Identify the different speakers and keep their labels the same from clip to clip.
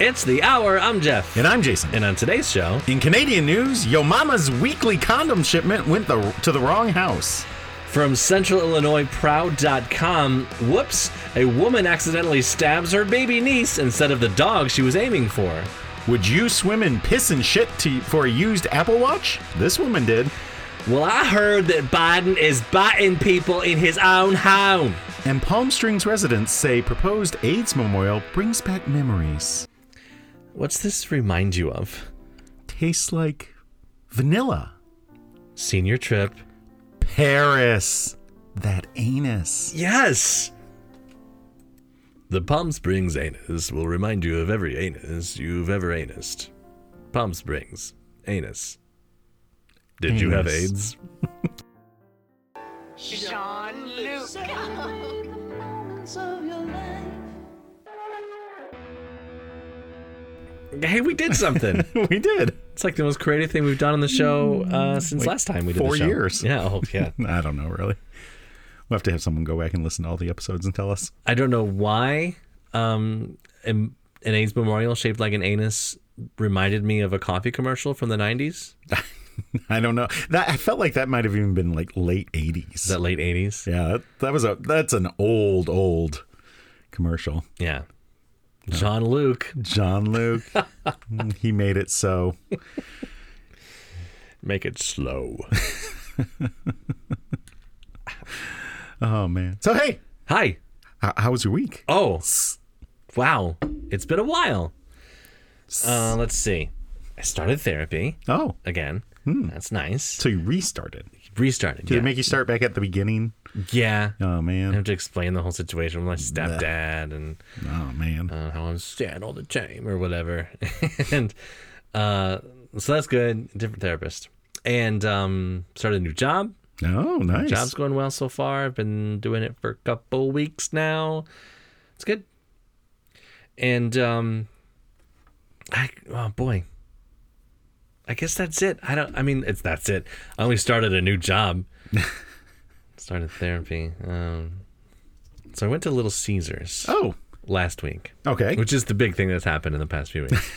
Speaker 1: It's the hour. I'm Jeff.
Speaker 2: And I'm Jason.
Speaker 1: And on today's show,
Speaker 2: In Canadian news, Yo Mama's weekly condom shipment went the, to the wrong house.
Speaker 1: from centralillinoisproud.com, whoops, a woman accidentally stabs her baby niece instead of the dog she was aiming for.
Speaker 2: Would you swim in piss and shit to, for a used Apple Watch? This woman did.
Speaker 1: Well, I heard that Biden is biting people in his own home.
Speaker 2: And Palm Springs residents say proposed AIDS memorial brings back memories.
Speaker 1: What's this remind you of?
Speaker 2: Tastes like vanilla.
Speaker 1: Senior trip.
Speaker 2: Paris. That anus.
Speaker 1: Yes! The Palm Springs anus will remind you of every anus you've ever anused. Palm Springs. Anus. Did you have AIDS?
Speaker 2: Anus.
Speaker 3: Sean Luke.
Speaker 1: Hey, we did something.
Speaker 2: we did.
Speaker 1: It's like the most creative thing we've done on the show uh, since
Speaker 2: Like
Speaker 1: last time we did
Speaker 2: four
Speaker 1: the show.
Speaker 2: years.
Speaker 1: Yeah, oh, yeah.
Speaker 2: I don't know, really. We'll have to have someone go back and listen to all the episodes and tell us.
Speaker 1: I don't know why um, an an AIDS memorial shaped like an anus reminded me of a coffee commercial from the '90s.
Speaker 2: I don't know. That I felt like that might have even been like late 80s.
Speaker 1: Is that late '80s?
Speaker 2: Yeah, that, that was a that's an old old commercial.
Speaker 1: Yeah. John Luke
Speaker 2: John Luke, he made it so.
Speaker 1: Make it slow.
Speaker 2: Oh man. So hey,
Speaker 1: Hi.
Speaker 2: how, how was your week?
Speaker 1: Oh, wow. It's been a while. Uh, let's see. I started therapy
Speaker 2: Oh,
Speaker 1: again. That's nice.
Speaker 2: so you restarted.
Speaker 1: Restarted.
Speaker 2: Did
Speaker 1: yeah.
Speaker 2: it make you start back at the beginning?
Speaker 1: yeah.
Speaker 2: Oh
Speaker 1: I have
Speaker 2: man.
Speaker 1: to explain the whole situation with my stepdad and
Speaker 2: Oh man.
Speaker 1: uh, how I'm sad all the time or whatever. and uh, so that's good. Different therapist. And um, started a new job.
Speaker 2: Oh, nice.
Speaker 1: Job's going well so far. I've been doing it for a couple weeks now. It's good. And um I oh boy. I guess that's it. I don't I mean it's that's it. I only started a new job. started therapy. Um so I went to Little Caesars
Speaker 2: Oh,
Speaker 1: last week.
Speaker 2: okay.
Speaker 1: Which is the big thing that's happened in the past few weeks.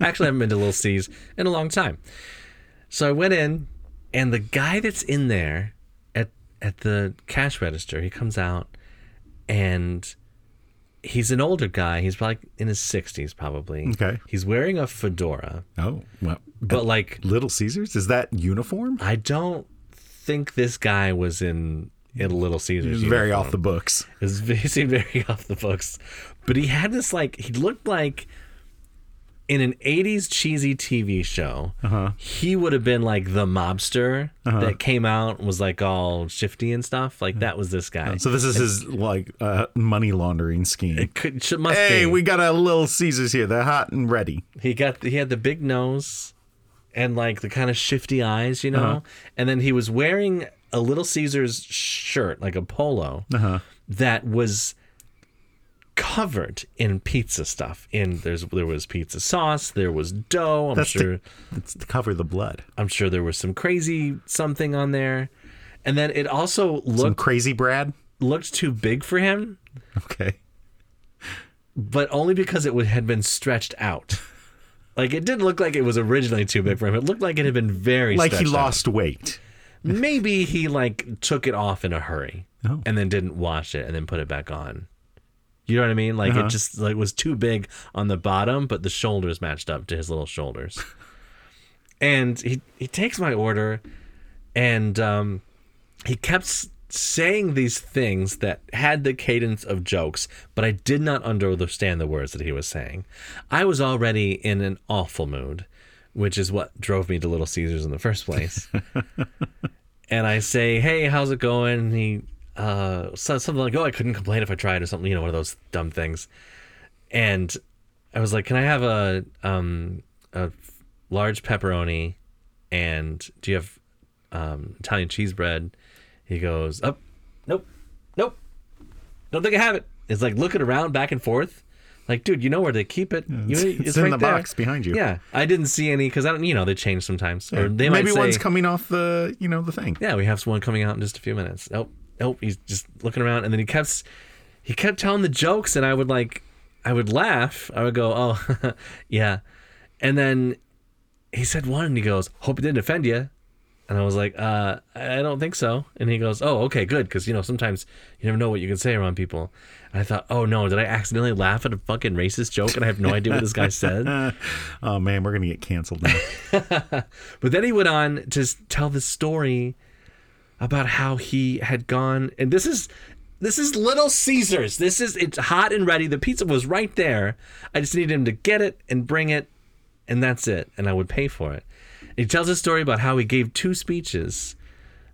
Speaker 1: Actually, I haven't been to Little C's in a long time. So I went in, and the guy that's in there at at the cash register, he comes out, and he's an older guy. He's like in his sixties, probably.
Speaker 2: Okay.
Speaker 1: He's wearing a fedora,
Speaker 2: Oh, well.
Speaker 1: but like
Speaker 2: Little Caesars is that uniform?
Speaker 1: I don't think this guy was in in Little Caesars.
Speaker 2: It's
Speaker 1: you know?
Speaker 2: very off the books.
Speaker 1: It was he seemed very off the books, but he had this like he looked like in an '80s cheesy TV show. Uh-huh. He would have been like the mobster that came out and was like all shifty and stuff. Like that was this guy.
Speaker 2: So this is his like uh, money laundering scheme.
Speaker 1: it could should, must
Speaker 2: Hey,
Speaker 1: be.
Speaker 2: we got a Little Caesars here. They're hot and ready.
Speaker 1: he got he had the big nose and like the kind of shifty eyes, you know.
Speaker 2: Uh-huh.
Speaker 1: And then he was wearing a Little Caesars shirt, like a polo,
Speaker 2: Uh-huh.
Speaker 1: that was covered in pizza stuff. And there's there was pizza sauce, there was dough. I'm
Speaker 2: That's
Speaker 1: sure
Speaker 2: to, that's to cover the blood.
Speaker 1: I'm sure there was some crazy something on there. And then it also
Speaker 2: Some
Speaker 1: looked
Speaker 2: crazy Brad.
Speaker 1: looked too big for him,
Speaker 2: Okay.
Speaker 1: but only because it would, had been stretched out. Like it didn't look like it was originally too big for him. It looked like it had been very
Speaker 2: Like he
Speaker 1: stretched out.
Speaker 2: lost weight.
Speaker 1: maybe he like took it off in a hurry
Speaker 2: Oh.
Speaker 1: and then didn't wash it and then put it back on. You know what I mean? Like it just like was too big on the bottom, but the shoulders matched up to his little shoulders. and he he takes my order, and um, he kept s- saying these things that had the cadence of jokes, but I did not understand the words that he was saying. I was already in an awful mood, which is what drove me to Little Caesars in the first place and I say, "Hey, how's it going?" And he uh, says something like, "Oh, I couldn't complain if I tried," or something. You know, one of those dumb things. And I was like, "Can I have a um, a large pepperoni?" And do you have um, Italian cheese bread? He goes, "Up, nope, nope, don't think I have it." It's like looking around back and forth. Like, dude, you know where they keep it. You-
Speaker 2: it's- it's in the box behind you.
Speaker 1: Yeah, I didn't see any because I don't. You know, they change sometimes, or they might
Speaker 2: Maybe
Speaker 1: say,
Speaker 2: one's coming off the you know the thing.
Speaker 1: yeah, we have one coming out in just a few minutes. Oh, Nope, nope. He's just looking around, and then he kept, he kept telling the jokes, and I would like, I would laugh. I would go, "Oh, yeah," and then he said one, and he goes, "Hope it didn't offend you." And I was like, uh, I don't think so. And he goes, Oh, okay, good. Because, you know, sometimes you never know what you can say around people. And I thought, Oh, no, did I accidentally laugh at a fucking racist joke and I have no idea what this guy said?
Speaker 2: Oh man, we're gonna get canceled now.
Speaker 1: But then he went on to s- tell the story about how he had gone, and this is this is Little Caesars. This is it's hot and ready. The pizza was right there. I just needed him to get it and bring it, and that's it. And I would pay for it. He tells a story about how he gave two speeches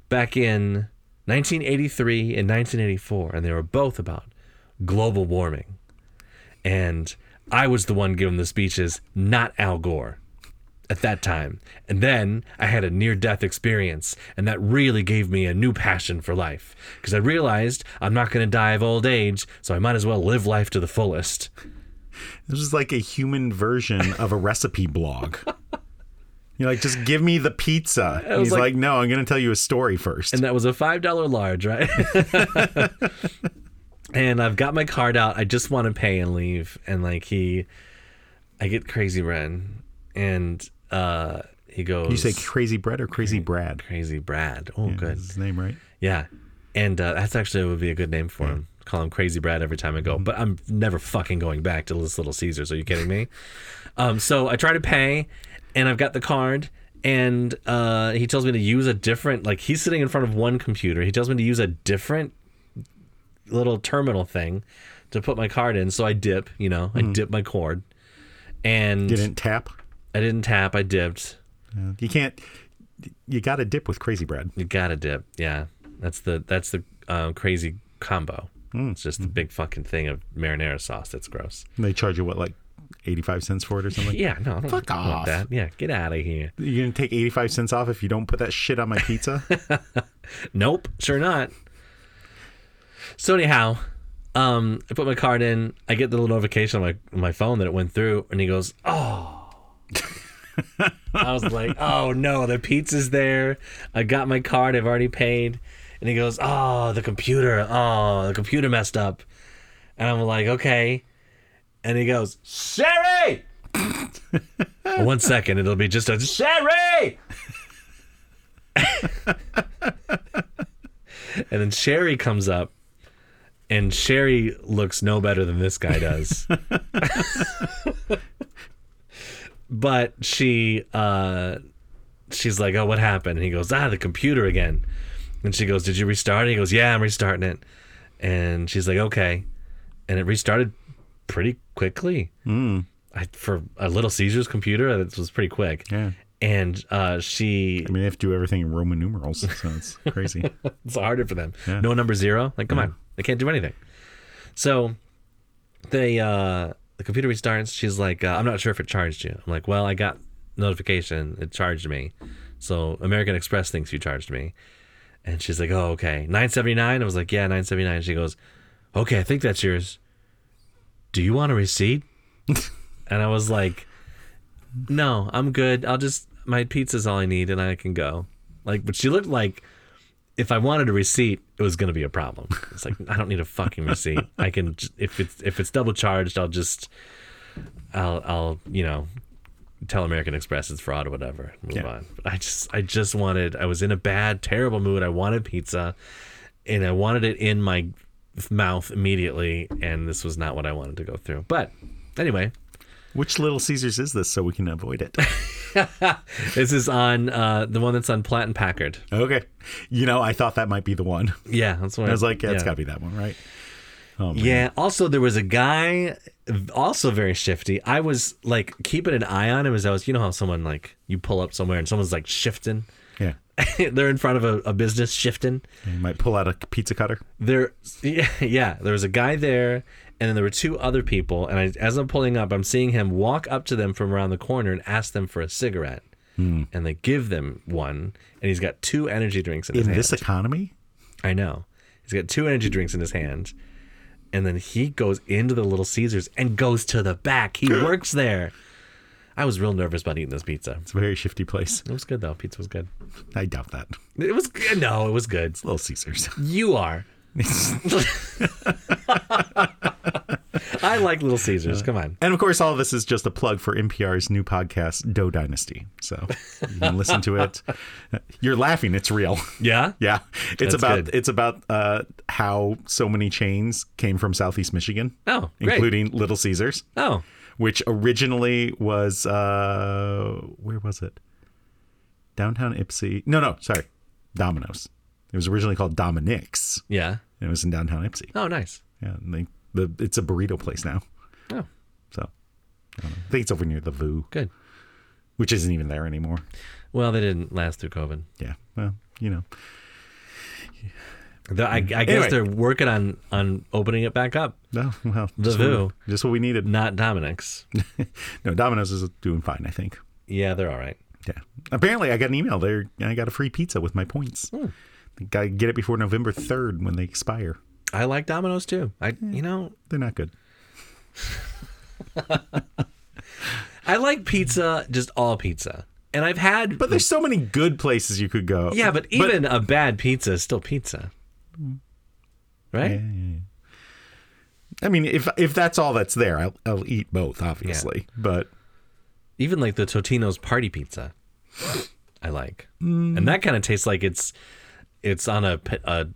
Speaker 1: back in 1983 and 1984, and they were both about global warming. And I was the one giving the speeches, not Al Gore at that time. And then I had a near death experience, and that really gave me a new passion for life because I realized I'm not going to die of old age, so I might as well live life to the fullest.
Speaker 2: This is like a human version of a recipe blog. You're like, just give me the pizza. And
Speaker 1: was
Speaker 2: he's
Speaker 1: like-
Speaker 2: like, no, I'm gonna tell you a story first.
Speaker 1: And that was a $5 large, right? and I've got my card out. I just want to pay and leave. And like he, I get crazy Ren, and uh, he goes,
Speaker 2: you say Crazy Brad or Crazy Brad?
Speaker 1: crazy Brad. Oh, good.
Speaker 2: Is his name right?
Speaker 1: Yeah, and uh, that's actually would be a good name for him. Call him Crazy Brad every time I go, but I'm never fucking going back to this Little Caesars. Are you kidding me? um, so I try to pay, and I've got the card, and uh, he tells me to use a different. Like he's sitting in front of one computer. He tells me to use a different little terminal thing to put my card in. So I dip. You know, I dip my cord, and
Speaker 2: Didn't tap.
Speaker 1: I didn't tap. I dipped.
Speaker 2: Yeah. You can't. You got to dip with Crazy Brad.
Speaker 1: You gotta dip. Yeah, that's the that's the um, crazy combo.
Speaker 2: Hmm.
Speaker 1: It's just the big fucking thing of marinara sauce that's gross.
Speaker 2: And they charge you what, like, eighty-five cents for it or something?
Speaker 1: Yeah, no, I don't
Speaker 2: Fuck
Speaker 1: want
Speaker 2: off.
Speaker 1: that. Yeah, get out of here.
Speaker 2: You're gonna take eighty-five cents off if you don't put that shit on my pizza.
Speaker 1: Nope, sure not. So anyhow, um, I put my card in. I get the little notification on my on my phone that it went through, and he goes, "Oh." I was like, "Oh no, the pizza's there. I got my card. I've already paid." And he goes, "Oh, the computer. Oh, the computer messed up." And I'm like, "Okay." And he goes, "Sherry." One second, it'll be just a Sherry. And then Sherry comes up, and Sherry looks no better than this guy does. but she uh, she's like, "Oh, what happened?" And he goes, "Ah, the computer again." And she goes, "Did you restart?" it? he goes, "Yeah, I'm restarting it." And she's like, "Okay," and it restarted pretty quickly. Mm. I, for a Little Caesars computer, that was pretty quick.
Speaker 2: Yeah.
Speaker 1: And uh, she
Speaker 2: I mean, they have to do everything in Roman numerals, so it's crazy.
Speaker 1: it's harder for them. No number zero. Like, come on, they can't do anything. So, they uh, the computer restarts. She's like, uh, I'm not sure if it charged you. I'm like, well, I got notification. It charged me. So American Express thinks you charged me. And she's like, oh, okay, 979. I was like, yeah, 979. She goes, okay, I think that's yours. Do you want a receipt? and I was like, no, I'm good. I'll just my pizza's all I need, and I can go. Like, but she looked like if I wanted a receipt, it was going to be a problem. It's like I don't need a fucking receipt. I can j- if it's if it's double charged, I'll just I'll I'll you know tell American Express it's fraud or whatever. Move
Speaker 2: Yeah.
Speaker 1: on. But I just I just wanted. I was in a bad, terrible mood. I wanted pizza, and I wanted it in my mouth immediately. And this was not what I wanted to go through. But anyway,
Speaker 2: Which Little Caesars is this so we can avoid it?
Speaker 1: this is on uh, the one that's on Platt and Packard.
Speaker 2: Okay. You know, I thought that might be the one.
Speaker 1: Yeah, that's what
Speaker 2: I was like, yeah, it's got to be that one, right?
Speaker 1: Yeah. Also, there was a guy, also very shifty. I was like keeping an eye on him as I was, you know, how someone like you pull up somewhere and someone's like shifting.
Speaker 2: Yeah.
Speaker 1: They're in front of a, a business shifting.
Speaker 2: You might pull out a pizza cutter.
Speaker 1: There, yeah, yeah, there was a guy there, and then there were two other people. And I, as I'm pulling up, I'm seeing him walk up to them from around the corner and ask them for a cigarette. And they give them one, and he's got two energy drinks in his
Speaker 2: In
Speaker 1: hand.
Speaker 2: this economy?
Speaker 1: I know. He's got two energy drinks in his hand. And then he goes into the Little Caesars and goes to the back. He works there. I was real nervous about eating this pizza.
Speaker 2: It's a very shifty place.
Speaker 1: It was good though. Pizza was good.
Speaker 2: I doubt that.
Speaker 1: It was good. No, it was good.
Speaker 2: Little Caesars.
Speaker 1: You are. I like Little Caesars.
Speaker 2: Uh,
Speaker 1: Come on.
Speaker 2: And of course, all of this is just a plug for NPR's new podcast, Doe Dynasty. So you can listen to it. You're laughing. It's real.
Speaker 1: Yeah.
Speaker 2: Yeah, it's
Speaker 1: That's
Speaker 2: about
Speaker 1: good.
Speaker 2: it's about uh, how so many chains came from Southeast Michigan,
Speaker 1: Oh, great.
Speaker 2: including Little Caesars,
Speaker 1: Oh,
Speaker 2: which originally was uh, where was it? Downtown Ipsy? No, no, sorry, Domino's. It was originally called Dominic's.
Speaker 1: yeah.
Speaker 2: And it was in downtown Ipsy.
Speaker 1: Oh, nice.
Speaker 2: Yeah, and they, the it's a burrito place now.
Speaker 1: Oh,
Speaker 2: So I, don't know. I think it's over near the VU,
Speaker 1: good.
Speaker 2: which isn't even there anymore.
Speaker 1: Well, they didn't last through COVID.
Speaker 2: Yeah, well, you know,
Speaker 1: The- I, I guess
Speaker 2: Anyway.
Speaker 1: they're working on on opening it back up.
Speaker 2: no, well,
Speaker 1: The
Speaker 2: just what we-
Speaker 1: VU.
Speaker 2: just what we needed.
Speaker 1: Not Dominic's.
Speaker 2: No, Domino's is doing fine, I think.
Speaker 1: Yeah, they're all right.
Speaker 2: Yeah. Apparently, I got an email there. and I got a free pizza with my points.
Speaker 1: Hmm.
Speaker 2: Got to get it before November third when they expire.
Speaker 1: I like Domino's too. I you know
Speaker 2: They're not good.
Speaker 1: I like pizza, just all pizza. And I've had
Speaker 2: But there's so many good places you could go.
Speaker 1: Hmm. yeah, but even a bad pizza is still pizza, right?
Speaker 2: Yeah, yeah, yeah. I mean, if if that's all that's there, I'll, I'll eat both, obviously. But
Speaker 1: Even like the Totino's party pizza, I like,
Speaker 2: Mm.
Speaker 1: and that kind of tastes like it's it's on a, pe- a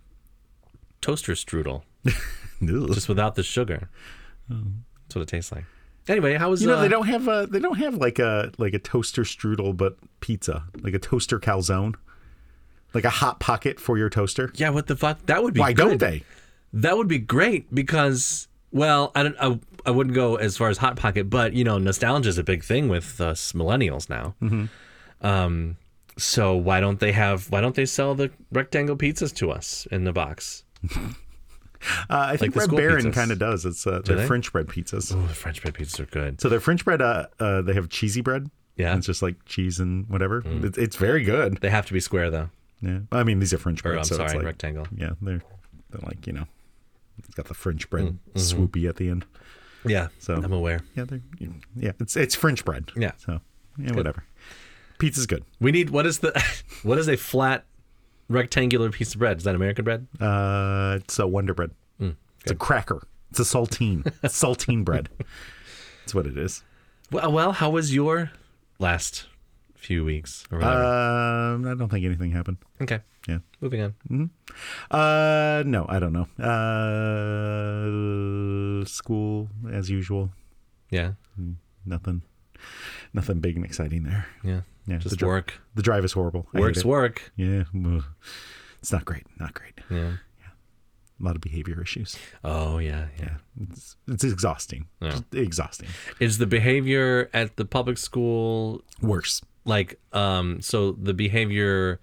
Speaker 1: toaster strudel,
Speaker 2: ugh.
Speaker 1: just without the sugar. That's what it tastes like. Anyway, how was
Speaker 2: Oh. you know,
Speaker 1: uh,
Speaker 2: they don't have a they don't have like a like a toaster strudel, but pizza, like a toaster calzone, like a hot pocket for your toaster.
Speaker 1: Yeah, what the fuck? That would be
Speaker 2: Why don't
Speaker 1: good.
Speaker 2: they?
Speaker 1: That would be great because, well, I don't, I, I wouldn't go as far as hot pocket, but you know, nostalgia is a big thing with us millennials now.
Speaker 2: Mm-hmm.
Speaker 1: Um, so why don't they have? Why don't they sell the rectangle pizzas to us in the box?
Speaker 2: Uh, I think
Speaker 1: the
Speaker 2: Red
Speaker 1: school
Speaker 2: Baron
Speaker 1: pizzas.
Speaker 2: kind of does. It's uh, they're
Speaker 1: they?
Speaker 2: French bread pizzas.
Speaker 1: Oh, the French bread pizzas are good.
Speaker 2: So their French bread, uh, uh, they have cheesy bread.
Speaker 1: Yeah. Mm.
Speaker 2: it's just like cheese and whatever. It, it's very good.
Speaker 1: They have to be square though.
Speaker 2: Yeah, I mean these are French
Speaker 1: Or
Speaker 2: bread,
Speaker 1: I'm
Speaker 2: so
Speaker 1: sorry,
Speaker 2: it's like
Speaker 1: rectangle.
Speaker 2: yeah, they're they're like you know, it's got the French
Speaker 1: Mm,
Speaker 2: bread
Speaker 1: mm-hmm.
Speaker 2: swoopy at the end.
Speaker 1: Yeah,
Speaker 2: So-
Speaker 1: I'm aware.
Speaker 2: Yeah, they're yeah, it's it's French bread.
Speaker 1: Yeah.
Speaker 2: so yeah, whatever. Pizza's good.
Speaker 1: We need what is the what is a flat rectangular piece of bread? Is that American bread?
Speaker 2: Uh, it's a Wonder Bread.
Speaker 1: Mm,
Speaker 2: it's a cracker. It's a saltine. It's saltine bread. That's what it is.
Speaker 1: Well, uh, well, how was your last few weeks or whatever?
Speaker 2: Um, I don't think anything happened.
Speaker 1: okay,
Speaker 2: Yeah.
Speaker 1: moving on.
Speaker 2: Uh, no, I don't know. Uh, school as usual.
Speaker 1: Yeah.
Speaker 2: Nothing, nothing big and exciting there.
Speaker 1: Yeah.
Speaker 2: Yeah,
Speaker 1: Just
Speaker 2: the dri-
Speaker 1: work.
Speaker 2: The drive is horrible. I hate
Speaker 1: Work's
Speaker 2: it.
Speaker 1: work.
Speaker 2: Yeah, ugh. it's not great. Not great.
Speaker 1: Yeah.
Speaker 2: A lot of behavior issues.
Speaker 1: Oh yeah, yeah.
Speaker 2: Yeah, it's, it's exhausting. Just exhausting.
Speaker 1: Is the behavior at the public school
Speaker 2: Worse.
Speaker 1: like um so the behavior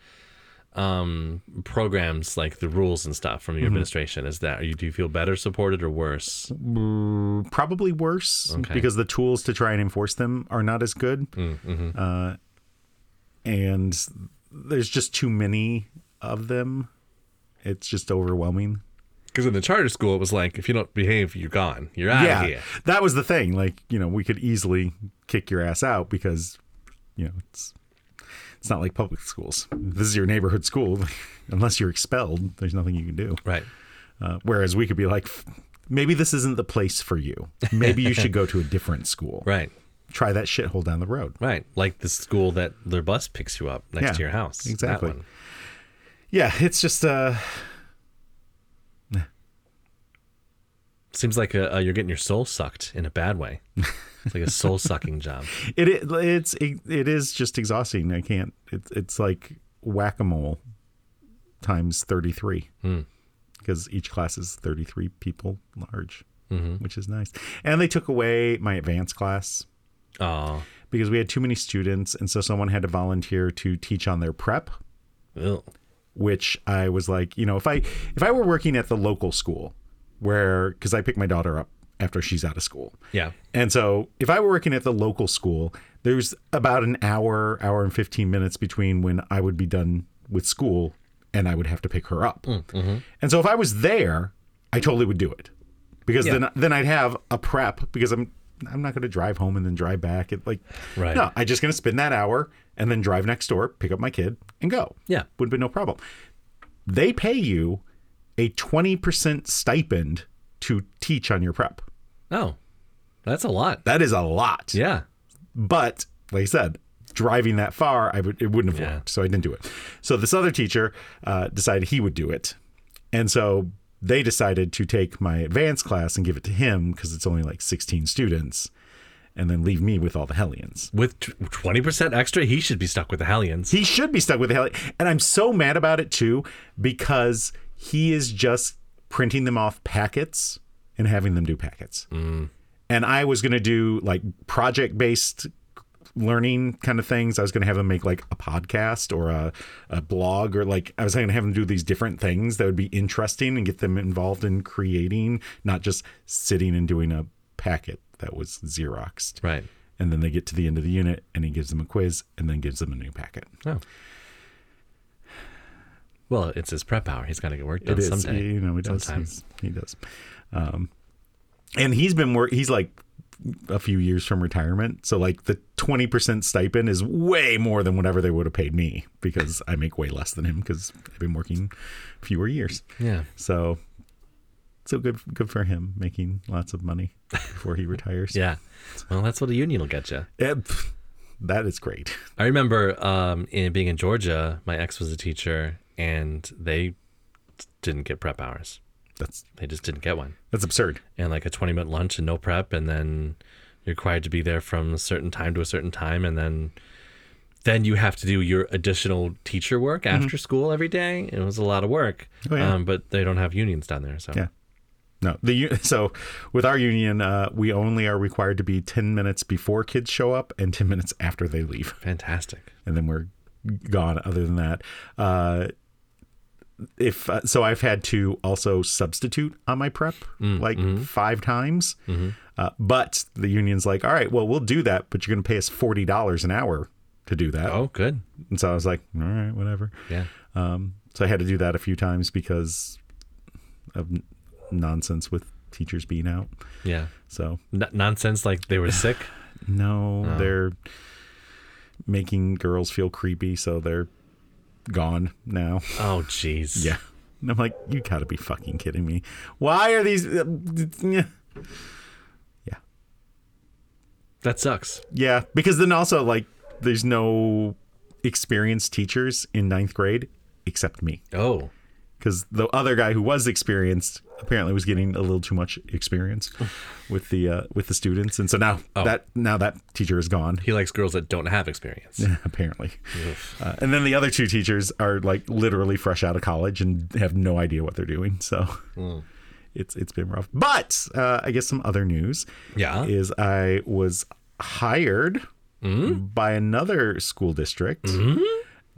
Speaker 1: um programs like the rules and stuff from your administration is that are you do you feel better supported or worse?
Speaker 2: Mm, Probably worse because the tools to try and enforce them are not as good.
Speaker 1: Mm, mm-hmm.
Speaker 2: Uh, and there's just too many of them. It's just overwhelming.
Speaker 1: Because in the charter school it was like if you don't behave you're gone. You're out of here.
Speaker 2: that was the thing. Like you know, we could easily kick your ass out because you know it's it's not like public schools. This is your neighborhood school. Unless you're expelled, there's nothing you can do.
Speaker 1: Right.
Speaker 2: Uh, whereas we could be like, maybe this isn't the place for you. Maybe you should go to a different school.
Speaker 1: Right.
Speaker 2: Try that shithole down the road.
Speaker 1: Right. Like the school that their bus picks you up next to your house. That
Speaker 2: exactly.
Speaker 1: one.
Speaker 2: Yeah, it's just uh,
Speaker 1: Seems like uh uh you're getting your soul sucked in a bad way. It's like a soul sucking job.
Speaker 2: it, it it's it, it is just exhausting. I can't. It's it's like whack a mole times thirty three because each class is thirty three people large, which is nice. And they took away my advanced class
Speaker 1: Oh.
Speaker 2: because we had too many students, and so someone had to volunteer to teach on their prep.
Speaker 1: Ew.
Speaker 2: which I was like, you know, if I if I were working at the local school where cuz I pick my daughter up after she's out of school.
Speaker 1: Yeah.
Speaker 2: And so, if I were working at the local school, there's about an hour, hour and 15 minutes between when I would be done with school and I would have to pick her up. And so if I was there, I totally would do it. Because
Speaker 1: Yeah.
Speaker 2: then then I'd have a prep because I'm I'm not going to drive home and then drive back. It like
Speaker 1: Right.
Speaker 2: no, I'm just going to spend that hour and then drive next door, pick up my kid and go
Speaker 1: Yeah.
Speaker 2: would have been no problem. They pay you a 20% stipend to teach on your prep.
Speaker 1: Oh, that's a lot.
Speaker 2: That is a lot.
Speaker 1: Yeah.
Speaker 2: But like I said, driving that far, I would it wouldn't have
Speaker 1: Yeah.
Speaker 2: worked. So I didn't do it. So this other teacher uh, decided he would do it, and so they decided to take my advanced class and give it to him because it's only like 16 students, and then leave me with all the Hellions.
Speaker 1: With twenty percent extra, he should be stuck with the Hellions.
Speaker 2: He should be stuck with the Hellions, and I'm so mad about it too because he is just printing them off packets and having them do packets. and I was going to do like project based learning kind of things. I was going to have them make like a podcast or a, a blog or like I was going to have them do these different things that would be interesting and get them involved in creating, not just sitting and doing a packet that was Xeroxed.
Speaker 1: Right.
Speaker 2: And then they get to the end of the unit and he gives them a quiz and then gives them a new packet.
Speaker 1: Oh. Well, it's his prep hour. He's got to get work done
Speaker 2: It is,
Speaker 1: someday.
Speaker 2: You know, he does.
Speaker 1: sometime.
Speaker 2: He's- He does. Um, and he's been work. He's like a few years from retirement, so like the twenty percent stipend is way more than whatever they would have paid me because I make way less than him because I've been working fewer years.
Speaker 1: Yeah.
Speaker 2: So, so good, good for him making lots of money before he retires.
Speaker 1: Yeah. Well, that's what a union will get you.
Speaker 2: Eh, pff, that is great.
Speaker 1: I remember um, in being in Georgia, my ex was a teacher, and they didn't get prep hours.
Speaker 2: That's
Speaker 1: They just didn't get one.
Speaker 2: that's absurd.
Speaker 1: And like a twenty-minute lunch and no prep, and then you're required to be there from a certain time to a certain time, and then then you have to do your additional teacher work after school every day. It was a lot of work.
Speaker 2: Mm-hmm. Oh, yeah.
Speaker 1: um, but they don't have unions down there, so
Speaker 2: Yeah. No, the u- so with our union, uh, we only are required to be ten minutes before kids show up and ten minutes after they leave,
Speaker 1: fantastic.
Speaker 2: and then we're gone. Other than that, uh, if uh, so, I've had to also substitute on my prep like five times. Uh, but the union's like, all right, well, we'll do that, but you're going to pay us forty dollars an hour to do that.
Speaker 1: Oh, good.
Speaker 2: And so I was like, all right, whatever.
Speaker 1: Yeah.
Speaker 2: Um, so I had to do that a few times because of n- nonsense with teachers being out.
Speaker 1: Yeah.
Speaker 2: So
Speaker 1: N- nonsense like they were sick.
Speaker 2: no, they're making girls feel creepy, so they're gone now.
Speaker 1: Oh, jeez.
Speaker 2: Yeah. And I'm like, you gotta be fucking kidding me. Why are these? Yeah.
Speaker 1: That sucks.
Speaker 2: Yeah. Because then also, like, there's no experienced teachers in ninth grade except me.
Speaker 1: Oh.
Speaker 2: because the other guy who was experienced apparently was getting a little too much experience with the uh, with the students, and so now that now that teacher is gone
Speaker 1: He likes girls that don't have experience.
Speaker 2: apparently, uh, and then the other two teachers are like literally fresh out of college and have no idea what they're doing. So
Speaker 1: Hmm.
Speaker 2: it's it's been rough. But uh, I guess some other news
Speaker 1: Yeah.
Speaker 2: is I was hired
Speaker 1: Hmm?
Speaker 2: by another school district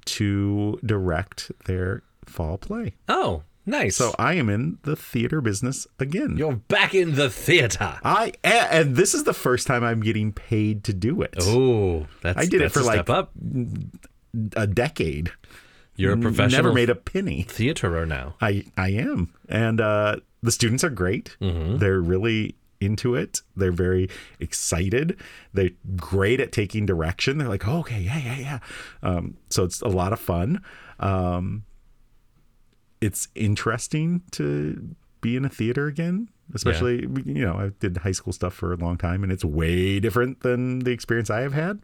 Speaker 2: to direct their fall play.
Speaker 1: Oh, nice.
Speaker 2: So I am in the theater business again.
Speaker 1: you're back in the theater.
Speaker 2: I a- and this is the first time I'm getting paid to do it.
Speaker 1: Oh, that's
Speaker 2: I did it
Speaker 1: that's
Speaker 2: for,
Speaker 1: a
Speaker 2: like,
Speaker 1: step up.
Speaker 2: A decade.
Speaker 1: You're a professional
Speaker 2: Never made a penny.
Speaker 1: theaterer now.
Speaker 2: I I am. And uh the students are great.
Speaker 1: Mm-hmm.
Speaker 2: They're really into it. They're very excited. They're great at taking direction. They're like, oh, "Okay, yeah, yeah, yeah." Um so it's a lot of fun. Um it's interesting to be in a theater again especially you know i did high school stuff for a long time and it's way different than the experience i have had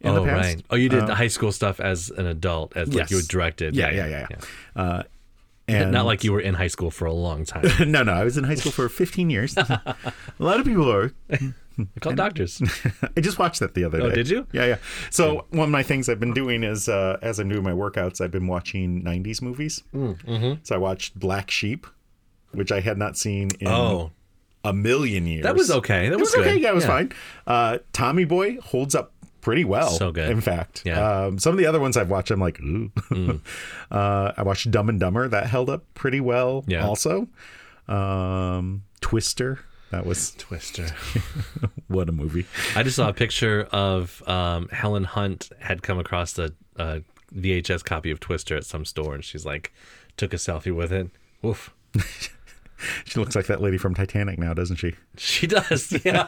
Speaker 2: in
Speaker 1: oh,
Speaker 2: the past Uh,
Speaker 1: right. Oh, you did the high school stuff as an adult, as like you
Speaker 2: Yes.
Speaker 1: directed.
Speaker 2: yeah yeah yeah, yeah. Uh, and
Speaker 1: Not like you were in high school for a long time.
Speaker 2: no no i was in high school for 15 years a lot of people are
Speaker 1: They're called doctors.
Speaker 2: I just watched that the other day.
Speaker 1: Oh, did you?
Speaker 2: Yeah, yeah. So one of my things I've been doing is, uh, as I'm doing my workouts, I've been watching '90s movies.
Speaker 1: Mm, mm-hmm.
Speaker 2: So I watched Black Sheep, which I had not seen in
Speaker 1: Oh,
Speaker 2: a million years.
Speaker 1: that was okay. That
Speaker 2: It
Speaker 1: was,
Speaker 2: was okay.
Speaker 1: good.
Speaker 2: Yeah, it was fine. Uh, Tommy Boy holds up pretty well.
Speaker 1: So good.
Speaker 2: In fact,
Speaker 1: Yeah. Mm.
Speaker 2: Um, some of the other ones I've watched, I'm like, ooh. uh, I watched Dumb and Dumber. That held up pretty well.
Speaker 1: Yeah.
Speaker 2: Also, um, Twister. That was
Speaker 1: Twister.
Speaker 2: what a movie.
Speaker 1: I just saw a picture of um, Helen Hunt had come across a, a VHS copy of Twister at some store, and she's like, took a selfie with it. Woof.
Speaker 2: She looks like that lady from Titanic now, doesn't she?
Speaker 1: She does. Yeah.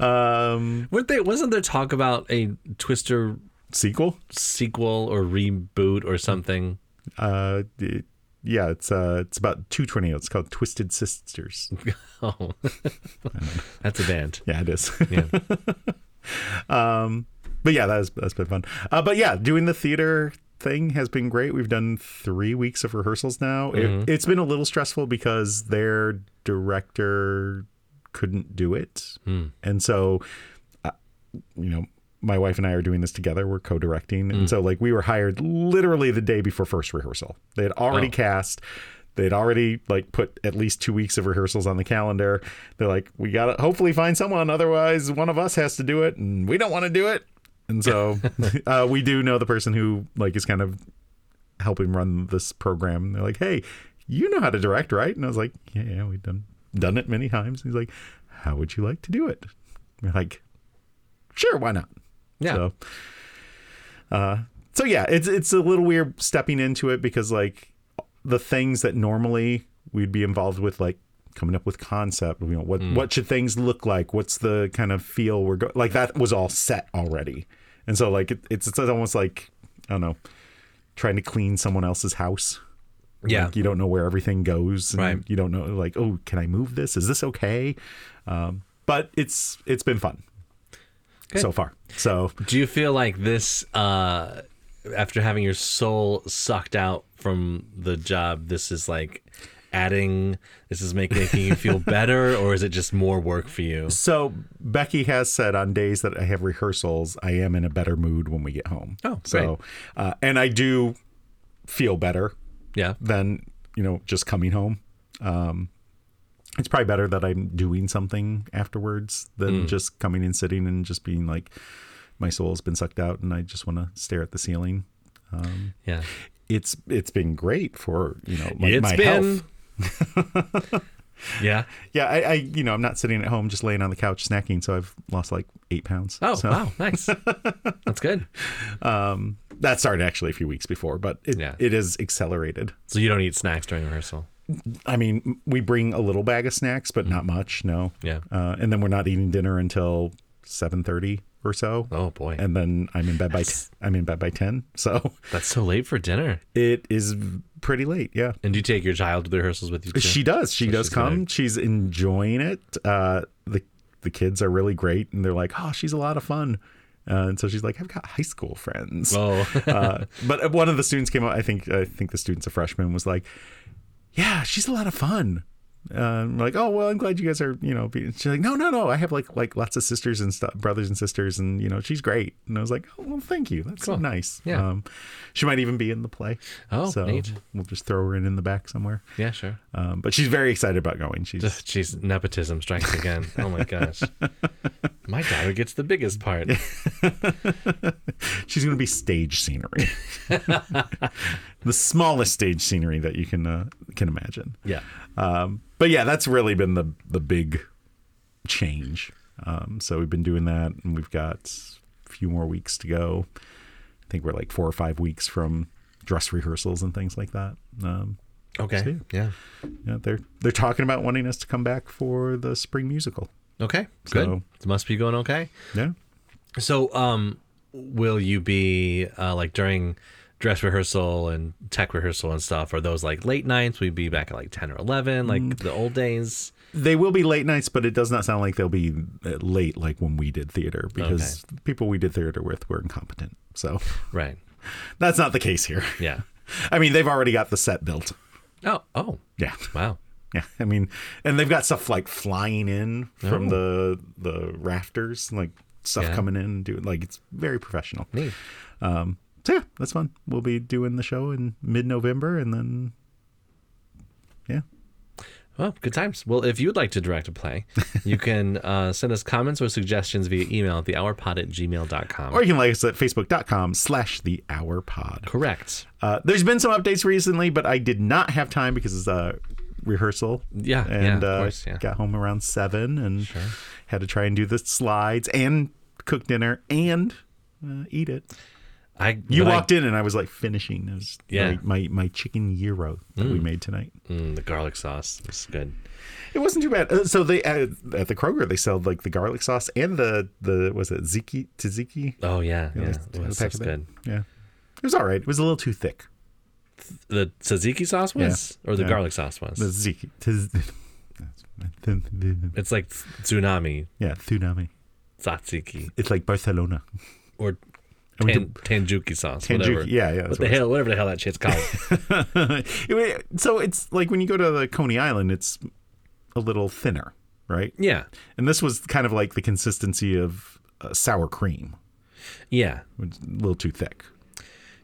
Speaker 2: Um,
Speaker 1: Weren't they? Wasn't there talk about a Twister
Speaker 2: sequel?
Speaker 1: sequel or reboot or something?
Speaker 2: Uh, it- yeah, it's uh, it's about two tornadoes. It's called Twisted Sisters.
Speaker 1: Oh, that's a band.
Speaker 2: Yeah, it is.
Speaker 1: Yeah.
Speaker 2: um, but yeah, that's that's been fun. Uh, but yeah, doing the theater thing has been great. We've done three weeks of rehearsals now. It, it's been a little stressful because their director couldn't do it, and so uh, you know. My wife and I are doing this together. We're co-directing, and so like we were hired literally the day before first rehearsal. They had already
Speaker 1: Oh.
Speaker 2: cast. They'd already like put at least two weeks of rehearsals on the calendar. They're like, we gotta hopefully find someone, otherwise one of us has to do it, and we don't want to do it. And so uh, we do know the person who like is kind of helping run this program. They're like, hey, you know how to direct, right? And I was like, yeah, yeah, we've done done it many times. He's like, how would you like to do it? We're like, sure, why not?
Speaker 1: Yeah.
Speaker 2: So, uh, so yeah, it's it's a little weird stepping into it because like the things that normally we'd be involved with, like coming up with concept, you know, what what should things look like? What's the kind of feel we're going? Like that was all set already, and so like it, it's it's almost like I don't know, trying to clean someone else's house.
Speaker 1: Yeah.
Speaker 2: Like, you don't know where everything goes. and
Speaker 1: Right.
Speaker 2: You don't know like oh, can I move this? Is this okay? Um, but it's it's been fun.
Speaker 1: Good.
Speaker 2: So far, so
Speaker 1: Do you feel like this, uh, after having your soul sucked out from the job, this is like adding, this is make, making you feel better, or is it just more work for you?
Speaker 2: So Becky has said on days that I have rehearsals, I am in a better mood when we get home.
Speaker 1: Oh,
Speaker 2: so uh, and I do feel better
Speaker 1: Yeah.
Speaker 2: than you know just coming home. Um, it's probably better that I'm doing something afterwards
Speaker 1: Mm.
Speaker 2: than just coming and sitting and just being like, my soul's been sucked out and I just want to stare at the ceiling.
Speaker 1: Yeah.
Speaker 2: It's it's been great for you know my, my health.
Speaker 1: yeah.
Speaker 2: Yeah, I, I you know I'm not sitting at home just laying on the couch snacking, so I've lost like eight pounds.
Speaker 1: Oh,
Speaker 2: so.
Speaker 1: wow. Nice. That's good.
Speaker 2: Um, that started actually a few weeks before, but it,
Speaker 1: Yeah.
Speaker 2: it is accelerated.
Speaker 1: So you don't eat snacks during rehearsal.
Speaker 2: I mean, m- we bring a little bag of snacks, but not much. No.
Speaker 1: Mm-hmm. Yeah.
Speaker 2: Uh, and then we're not eating dinner until seven thirty or so.
Speaker 1: Oh, boy.
Speaker 2: And then I'm in bed by t- I'm in bed by ten. So
Speaker 1: That's so late for dinner.
Speaker 2: it is v- pretty late. Yeah.
Speaker 1: And do you take your child to the rehearsals with you? Too?
Speaker 2: She does. She does
Speaker 1: she's
Speaker 2: come. She's enjoying it. Uh, the the kids are really great, and they're like, "Oh, she's a lot of fun." Uh, and so she's like, "I've got high school friends."
Speaker 1: Oh,
Speaker 2: uh, but one of the students came up. I think I think the student's a freshman was like, "Yeah, she's a lot of fun." Um, like, oh well, I'm glad you guys are. You know, being, she's like, "No, no, no. I have like like lots of sisters and stuff, brothers and sisters, and you know, she's great." And I was like, "Oh, well, thank you. That's so
Speaker 1: Cool.
Speaker 2: nice."
Speaker 1: Yeah.
Speaker 2: Um, she might even be in the play.
Speaker 1: Oh,
Speaker 2: so
Speaker 1: neat.
Speaker 2: we'll just throw her in in the back somewhere.
Speaker 1: yeah, sure.
Speaker 2: Um, but she's very excited about going. She's
Speaker 1: Jeez, nepotism strikes again. Oh my gosh. My daughter gets the biggest part.
Speaker 2: she's going to be stage scenery, the smallest stage scenery that you can uh, can imagine.
Speaker 1: Yeah.
Speaker 2: Um, but yeah, that's really been the the big change. Um, so we've been doing that, and we've got a few more weeks to go. I think we're like four or five weeks from dress rehearsals and things like that. Um,
Speaker 1: Okay. Yeah.
Speaker 2: yeah, they're they're talking about wanting us to come back for the spring musical.
Speaker 1: Okay. Good.
Speaker 2: So-
Speaker 1: it must be going okay.
Speaker 2: Yeah,
Speaker 1: So, um, will you be uh, like during dress rehearsal and tech rehearsal and stuff? Are those like late nights? We'd be back at like ten or eleven, like
Speaker 2: Mm.
Speaker 1: the old days.
Speaker 2: they will be late nights, but it does not sound like they'll be uh, late like when we did theater because the people we did theater with were incompetent. So
Speaker 1: Right.
Speaker 2: that's not the case here.
Speaker 1: Yeah.
Speaker 2: I mean, they've already got the set built.
Speaker 1: Oh. Oh.
Speaker 2: Yeah.
Speaker 1: Wow.
Speaker 2: Yeah, I mean, and they've got stuff like flying in from the the rafters, like stuff
Speaker 1: Yeah.
Speaker 2: coming in, and doing like it's very professional.
Speaker 1: Neat.
Speaker 2: Um, so yeah, that's fun. We'll be doing the show in mid November, and then yeah,
Speaker 1: Well, good times. Well, if you'd like to direct a play, you can uh, send us comments or suggestions via email at thehourpod at gmail.com.
Speaker 2: or you can like us at facebook.com slash the hour pod.
Speaker 1: Correct.
Speaker 2: Uh, there's been some updates recently, but I did not have time because it's a rehearsal.
Speaker 1: Yeah, yeah, of
Speaker 2: and uh,
Speaker 1: course, yeah.
Speaker 2: got home around seven and had to try and do the slides and cook dinner and uh, eat it.
Speaker 1: I
Speaker 2: You
Speaker 1: when I-
Speaker 2: walked in and I was like finishing. It was
Speaker 1: Yeah.
Speaker 2: my, my my chicken gyro that we made tonight.
Speaker 1: Mm, the garlic sauce is good.
Speaker 2: It wasn't too bad. Uh, so they uh, at the Kroger they sell like the garlic sauce and the the was it ziki tzatziki?
Speaker 1: Oh yeah, yeah. Ooh,
Speaker 2: Like, had a
Speaker 1: that
Speaker 2: pack
Speaker 1: stuff's
Speaker 2: of that.
Speaker 1: good.
Speaker 2: Yeah, it was all right. It was a little too thick.
Speaker 1: the tzatziki sauce was, or the
Speaker 2: Yeah.
Speaker 1: garlic sauce was.
Speaker 2: The Zeke. Tiz, that's-
Speaker 1: It's like tsunami
Speaker 2: yeah, tsunami.
Speaker 1: tzatziki
Speaker 2: It's like Barcelona.
Speaker 1: or
Speaker 2: I went
Speaker 1: tan, tanjuki sauce,
Speaker 2: Tanjuki-
Speaker 1: whatever.
Speaker 2: yeah, yeah,
Speaker 1: What
Speaker 2: that's what
Speaker 1: the
Speaker 2: it
Speaker 1: hell, whatever the hell that shit's called.
Speaker 2: Anyway, so it's like when you go to the Coney Island, it's a little thinner, right?
Speaker 1: yeah,
Speaker 2: And this was kind of like the consistency of uh, sour cream,
Speaker 1: yeah,
Speaker 2: which is a little too thick.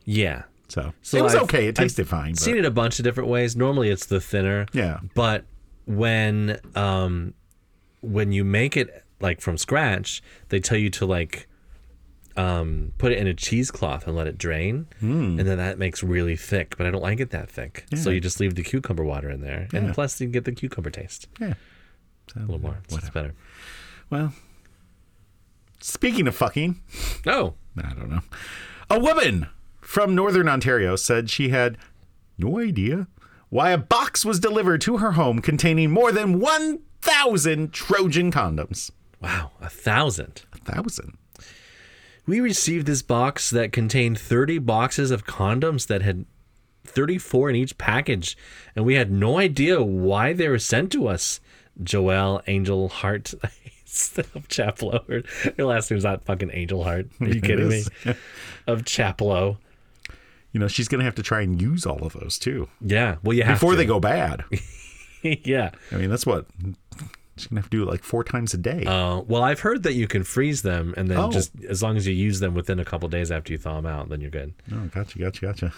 Speaker 1: yeah.
Speaker 2: So,
Speaker 1: So
Speaker 2: it was
Speaker 1: I've-
Speaker 2: okay. It
Speaker 1: I've
Speaker 2: tasted fine. But,
Speaker 1: Seen it a bunch of different ways. Normally, it's the thinner.
Speaker 2: yeah,
Speaker 1: but when um when you make it like from scratch they tell you to like um put it in a cheesecloth and let it drain
Speaker 2: Hmm.
Speaker 1: and then that makes really thick but i don't like it that thick so you just leave the cucumber water in there and
Speaker 2: Yeah.
Speaker 1: plus you get the cucumber taste
Speaker 2: yeah.
Speaker 1: a little more so it's better
Speaker 2: Well, speaking of fucking,
Speaker 1: oh
Speaker 2: I don't know. A woman from northern Ontario said she had no idea why a box was delivered to her home containing more than 1,000 Trojan condoms.
Speaker 1: wow a thousand
Speaker 2: A thousand.
Speaker 1: we received this box that contained 30 boxes of condoms that had 34 in each package, and we had no idea why they were sent to us. Joelle Angel Hart. Of Chaplow, Her- her last name's not fucking Angel Heart. Are you
Speaker 2: It
Speaker 1: kidding me?
Speaker 2: is.
Speaker 1: Of Chaplow,
Speaker 2: You know, she's going to have to try and use all of those too
Speaker 1: yeah. Well, you have
Speaker 2: before they
Speaker 1: to.
Speaker 2: go bad.
Speaker 1: they, yeah.
Speaker 2: I mean, that's what she's going to have to do it like four times a day.
Speaker 1: Uh, well, I've heard that you can freeze them, and then
Speaker 2: Oh.
Speaker 1: just as long as you use them within a couple days after you thaw them out, then you're good.
Speaker 2: oh, gotcha, gotcha, gotcha.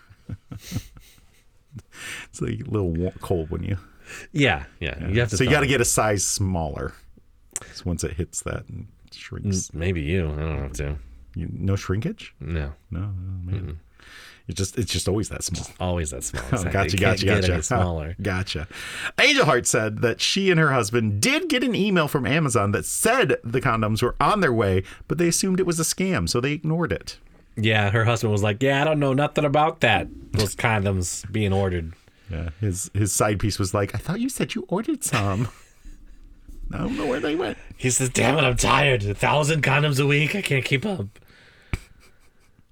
Speaker 2: it's like a little wa- cold when you.
Speaker 1: Yeah, yeah. You have to.
Speaker 2: so you
Speaker 1: thaw
Speaker 2: got to
Speaker 1: them.
Speaker 2: get a size smaller. 'Cause once it hits that and shrinks,
Speaker 1: maybe you. I don't have to.
Speaker 2: you, no shrinkage.
Speaker 1: No.
Speaker 2: No, oh, man. It's just it's just always that small.
Speaker 1: always that small.
Speaker 2: Oh,
Speaker 1: Exactly.
Speaker 2: gotcha,
Speaker 1: It
Speaker 2: gotcha,
Speaker 1: can't
Speaker 2: gotcha.
Speaker 1: Get any smaller.
Speaker 2: Gotcha. Angel Heart said that she and her husband did get an email from Amazon that said the condoms were on their way, but they assumed it was a scam, so they ignored it.
Speaker 1: Yeah, her husband was like, "Yeah, I don't know nothing about that. Those condoms being ordered."
Speaker 2: Yeah. His his side piece was like, I thought you said you ordered some. I don't know where they went.
Speaker 1: He says, "Damn it, I'm tired. A thousand condoms a week. I can't keep up."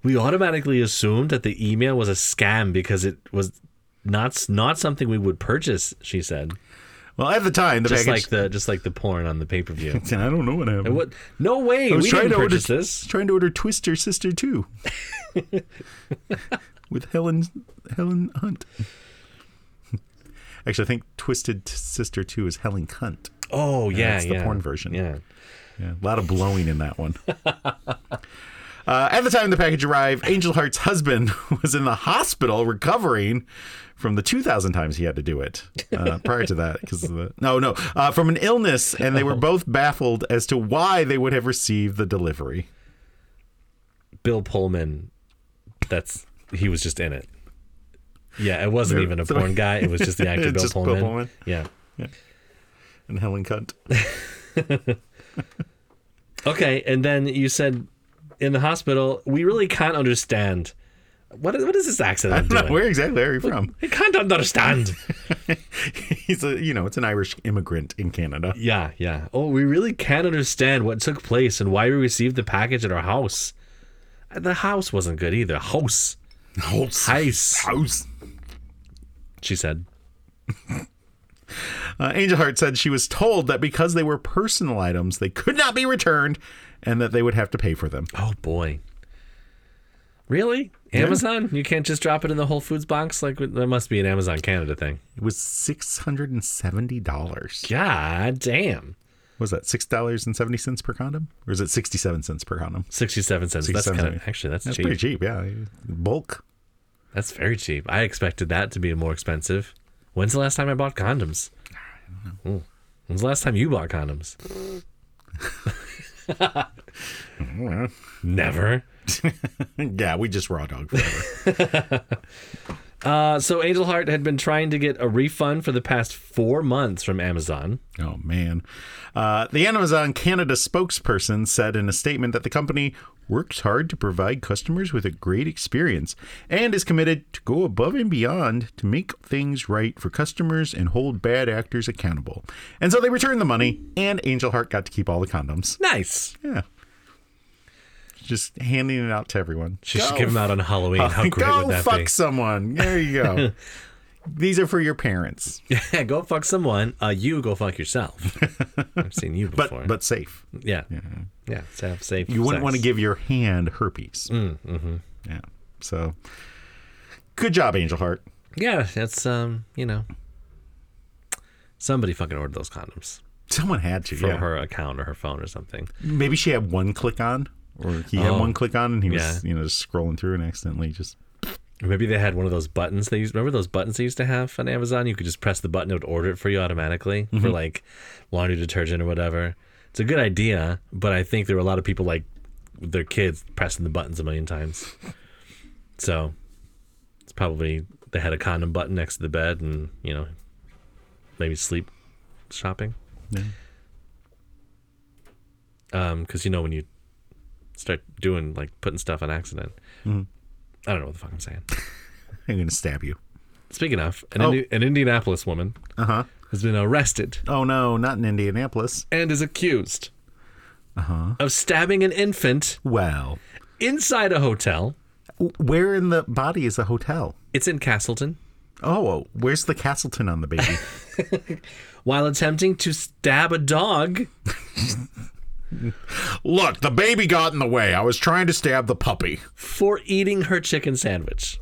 Speaker 1: We automatically assumed that the email was a scam because it was not not something we would purchase. She said,
Speaker 2: Well, at the time, the
Speaker 1: just
Speaker 2: package.
Speaker 1: like the just like the porn on the pay per view.
Speaker 2: I don't know what happened.
Speaker 1: What? No way.
Speaker 2: I was
Speaker 1: We
Speaker 2: trying
Speaker 1: didn't
Speaker 2: to order
Speaker 1: purchase this.
Speaker 2: trying to order Twister Sister Two with Helen Helen Hunt. Actually, I think Twisted Sister Two is Helen Cunt.
Speaker 1: Oh yeah,
Speaker 2: that's the
Speaker 1: yeah.
Speaker 2: porn version.
Speaker 1: Yeah.
Speaker 2: Yeah, a lot of blowing in that one. Uh, at the time the package arrived, Angel Heart's husband was in the hospital recovering from the 2,000 times he had to do it uh, prior to that. Because no, no, uh, from an illness, and they were both baffled as to why they would have received the delivery.
Speaker 1: Bill Pullman. That's he was just in it. Yeah, it wasn't even a
Speaker 2: so-
Speaker 1: porn guy. It was just the actor
Speaker 2: It's
Speaker 1: Bill,
Speaker 2: just Bill
Speaker 1: Pullman.
Speaker 2: Pullman.
Speaker 1: Yeah.
Speaker 2: And Helen Cunt.
Speaker 1: Okay, and then you said in the hospital, we really can't understand. What is, what is this accident
Speaker 2: I don't know
Speaker 1: doing?
Speaker 2: where exactly are you from?
Speaker 1: I can't understand.
Speaker 2: He's a you know, it's an Irish immigrant in Canada.
Speaker 1: yeah, yeah. Oh, we really can't understand what took place and why we received the package at our house. The house wasn't good either. House.
Speaker 2: House.
Speaker 1: House.
Speaker 2: House.
Speaker 1: She said.
Speaker 2: Uh, Angel Heart said she was told that because they were personal items, they could not be returned and that they would have to pay for them.
Speaker 1: Oh boy. Really? Amazon? You can't just drop it in the Whole Foods box? Like that must be an Amazon Canada thing.
Speaker 2: It was $670.
Speaker 1: God damn.
Speaker 2: Was that $6.70 per condom? Or is it 67 cents per condom?
Speaker 1: Sixty-seven cents. that's
Speaker 2: 67
Speaker 1: kind of
Speaker 2: cents.
Speaker 1: actually that's,
Speaker 2: That's
Speaker 1: cheap.
Speaker 2: pretty cheap, yeah. Bulk.
Speaker 1: That's very cheap. I expected that to be more expensive. When's the last time I bought condoms? Ooh. When's the last time you bought condoms? Never.
Speaker 2: yeah, we just raw dog forever.
Speaker 1: Uh, so Angel Heart had been trying to get a refund for the past four months from Amazon.
Speaker 2: oh, man. Uh, the Amazon Canada spokesperson said in a statement that the company works hard to provide customers with a great experience and is committed to go above and beyond to make things right for customers and hold bad actors accountable. And so they returned the money, and Angel Heart got to keep all the condoms.
Speaker 1: Nice.
Speaker 2: Yeah. just handing it out to everyone.
Speaker 1: She
Speaker 2: Go
Speaker 1: should give them out on Halloween. How great
Speaker 2: go
Speaker 1: would that
Speaker 2: fuck
Speaker 1: be?
Speaker 2: someone. There you go. These are for your parents,
Speaker 1: Yeah, go fuck someone. Uh, you go fuck yourself. I've seen you
Speaker 2: but
Speaker 1: before.
Speaker 2: but safe.
Speaker 1: yeah, yeah, so have safe.
Speaker 2: You
Speaker 1: sex. Mm, mm-hmm.
Speaker 2: wouldn't want to give your hand herpes. Yeah. So, good job, Angel Heart.
Speaker 1: Yeah, that's um, you know, somebody fucking ordered those condoms
Speaker 2: Someone had to.
Speaker 1: from
Speaker 2: Yeah.
Speaker 1: her account or her phone or something.
Speaker 2: Maybe she had one click on, or he had
Speaker 1: Oh.
Speaker 2: one click on, and he was
Speaker 1: Yeah.
Speaker 2: you know just scrolling through and accidentally just
Speaker 1: Or maybe they had one of those buttons they used. Remember those buttons they used to have on Amazon? You could just press the button; it would order it for you automatically for like laundry detergent or whatever. It's a good idea, but I think there were a lot of people like with their kids pressing the buttons a million times. So it's probably they had a condom button next to the bed, and you know, maybe sleep shopping.
Speaker 2: Yeah.
Speaker 1: Um, because you know when you start doing like putting stuff on accident. I don't know what the fuck I'm saying.
Speaker 2: I'm gonna stab you.
Speaker 1: Speaking of, an,
Speaker 2: Oh.
Speaker 1: Indi- an Indianapolis woman
Speaker 2: Uh huh.
Speaker 1: has been arrested
Speaker 2: Oh no, not in Indianapolis.
Speaker 1: and is accused of stabbing an infant
Speaker 2: Well,
Speaker 1: inside a hotel.
Speaker 2: w- where in the body is the hotel?
Speaker 1: It's in Castleton.
Speaker 2: Oh, where's the Castleton on the baby?
Speaker 1: While attempting to stab a dog,
Speaker 2: Look, the baby got in the way. I was trying to stab the puppy.
Speaker 1: for eating her chicken sandwich,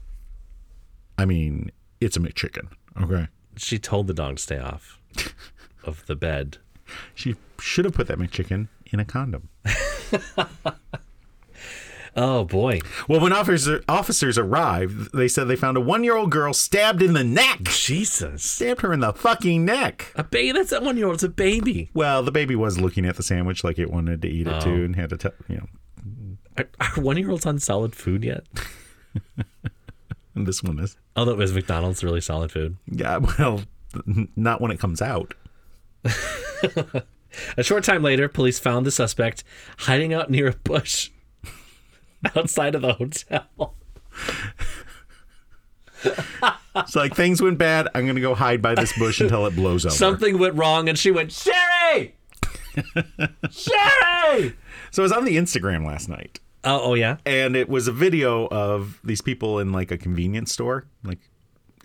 Speaker 2: I mean, it's a McChicken. Okay.
Speaker 1: she told the dog to stay off of the bed.
Speaker 2: She should have put that McChicken in a condom.
Speaker 1: Oh boy!
Speaker 2: Well, when officer, officers arrived, they said they found a one year old girl stabbed in the neck.
Speaker 1: Jesus!
Speaker 2: Stabbed her in the fucking neck.
Speaker 1: A baby. That's not one year old. It's a baby.
Speaker 2: Well, the baby was looking at the sandwich like it wanted to eat it too and had to, tell you know,
Speaker 1: Are, are one year olds on solid food yet?
Speaker 2: and this one is.
Speaker 1: Although is McDonald's really solid food?
Speaker 2: Yeah, well, not when it comes out.
Speaker 1: A short time later, police found the suspect hiding out near a bush outside of the hotel.
Speaker 2: It's like things went bad. I'm going to go hide by this bush until it blows over.
Speaker 1: Something went wrong, and she went, Sherry! Sherry!
Speaker 2: so I was on the Instagram last night.
Speaker 1: Oh, oh, yeah?
Speaker 2: and it was a video of these people in like a convenience store like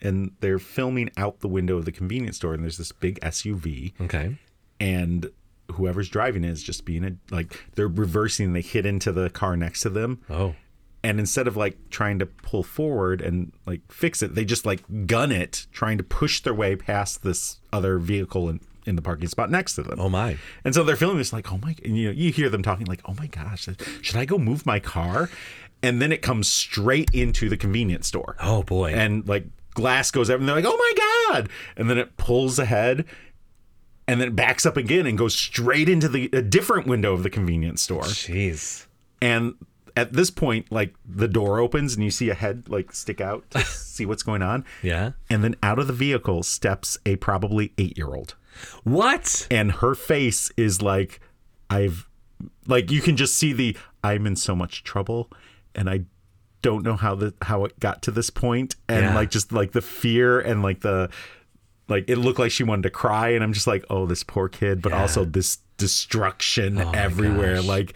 Speaker 2: and they're filming out the window of the convenience store and there's this big SUV
Speaker 1: Okay.
Speaker 2: and whoever's driving it is just being a like they're reversing they hit into the car next to them
Speaker 1: Oh.
Speaker 2: and instead of like trying to pull forward and like fix it they just like gun it trying to push their way past this other vehicle in, in the parking spot next to them
Speaker 1: Oh, my.
Speaker 2: and so they're feeling this like, oh my, and you know, you hear them talking like, oh my gosh, should I go move my car? And then it comes straight into the convenience store.
Speaker 1: Oh, boy.
Speaker 2: And like glass goes up and they're like, oh my God. And then it pulls ahead and then it backs up again and goes straight into the a different window of the convenience store.
Speaker 1: Jeez.
Speaker 2: And at this point, like the door opens and you see a head like stick out to see what's going on.
Speaker 1: Yeah?
Speaker 2: And then out of the vehicle steps a probably eight year old
Speaker 1: What?
Speaker 2: and her face is like i've like you can just see the i'm in so much trouble and i don't know how the how it got to this point and
Speaker 1: Yeah.
Speaker 2: like just like the fear and like the like it looked like she wanted to cry and i'm just like oh this poor kid but also this destruction
Speaker 1: Oh my
Speaker 2: everywhere
Speaker 1: gosh.
Speaker 2: like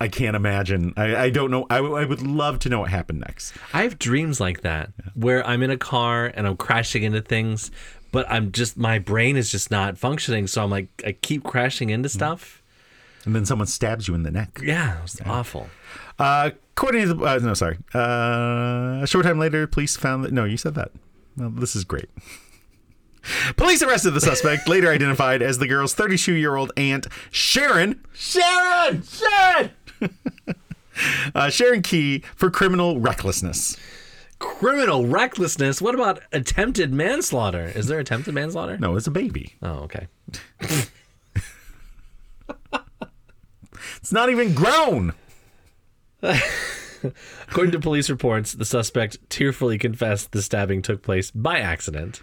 Speaker 2: i can't imagine i, I don't know I, w- I would love to know what happened next
Speaker 1: I have dreams like that where I'm in a car and I'm crashing into things, but I'm just, my brain is just not functioning. So I'm like, I keep crashing into stuff.
Speaker 2: and then someone stabs you in the neck
Speaker 1: Mm-hmm. Yeah, it was awful.
Speaker 2: Uh, according to the, uh, no, sorry. Uh, a short time later, police found that. No, you said that. Well, this is great. Police arrested the suspect, later identified as the girl's 32 year old aunt, Sharon. Sharon! Sharon! uh, Sharon Key for criminal recklessness.
Speaker 1: criminal recklessness. What about attempted manslaughter? Is there attempted manslaughter?
Speaker 2: No, it's a baby.
Speaker 1: Oh, okay.
Speaker 2: It's not even grown.
Speaker 1: According to police reports, the suspect tearfully confessed the stabbing took place by accident.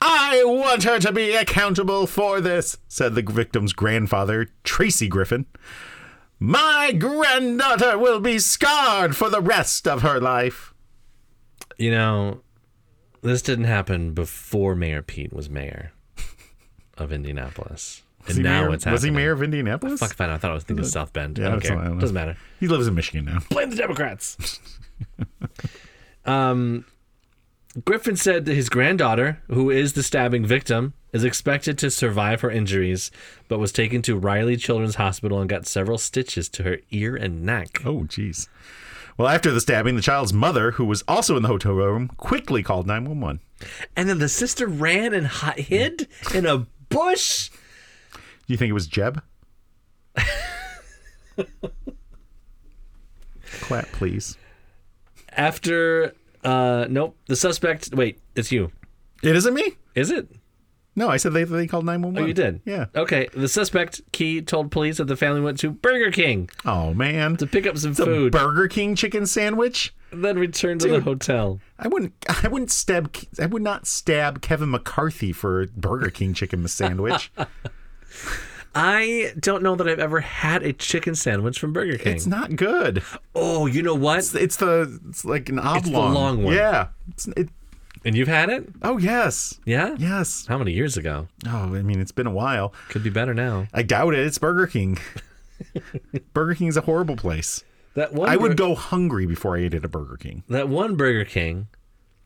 Speaker 2: I want her to be accountable for this, said the victim's grandfather, Tracy Griffin. My granddaughter will be scarred for the rest of her life.
Speaker 1: You know, this didn't happen before Mayor Pete was mayor of Indianapolis.
Speaker 2: Was
Speaker 1: and
Speaker 2: he
Speaker 1: now
Speaker 2: mayor,
Speaker 1: it's
Speaker 2: Was he
Speaker 1: happening.
Speaker 2: mayor of Indianapolis?
Speaker 1: Fuck if I know. I thought I was thinking of South Bend.
Speaker 2: Yeah,
Speaker 1: I don't
Speaker 2: that's
Speaker 1: care.
Speaker 2: fine. I don't know.
Speaker 1: Doesn't matter.
Speaker 2: He lives in Michigan now.
Speaker 1: Blame the Democrats. um, Griffin said that his granddaughter, who is the stabbing victim, is expected to survive her injuries, but was taken to Riley Children's Hospital and got several stitches to her ear and neck.
Speaker 2: Oh, jeez. Well, after the stabbing, the child's mother, who was also in the hotel room, quickly called 911.
Speaker 1: And then the sister ran and hi- hid in a bush.
Speaker 2: Do you think it was Jeb? Clap, please.
Speaker 1: After, uh, nope, the suspect. Wait, it's you.
Speaker 2: It isn't me.
Speaker 1: Is it?
Speaker 2: No, I said they, they called 911.
Speaker 1: Oh, you did.
Speaker 2: Yeah.
Speaker 1: Okay. The suspect Key told police that the family went to Burger King
Speaker 2: Oh, man.
Speaker 1: to
Speaker 2: The
Speaker 1: pick up some food,
Speaker 2: Burger King chicken sandwich?
Speaker 1: and then returned to the hotel.
Speaker 2: I wouldn't I wouldn't stab Ke- I would not stab Kevin McCarthy for a Burger King chicken sandwich.
Speaker 1: I don't know that I've ever had a chicken sandwich from Burger King.
Speaker 2: it's not good.
Speaker 1: oh, you know what?
Speaker 2: It's the it's like an oblong.
Speaker 1: the long one.
Speaker 2: Yeah. It's, it,
Speaker 1: And you've had it?
Speaker 2: oh yes.
Speaker 1: Yeah.
Speaker 2: Yes.
Speaker 1: How many years ago?
Speaker 2: Oh, I mean, it's been a while.
Speaker 1: Could be better now.
Speaker 2: I doubt it. It's Burger King. Burger King's a horrible place.
Speaker 1: That one.
Speaker 2: I would
Speaker 1: bur-
Speaker 2: go hungry before I ate at a Burger King.
Speaker 1: That one Burger King.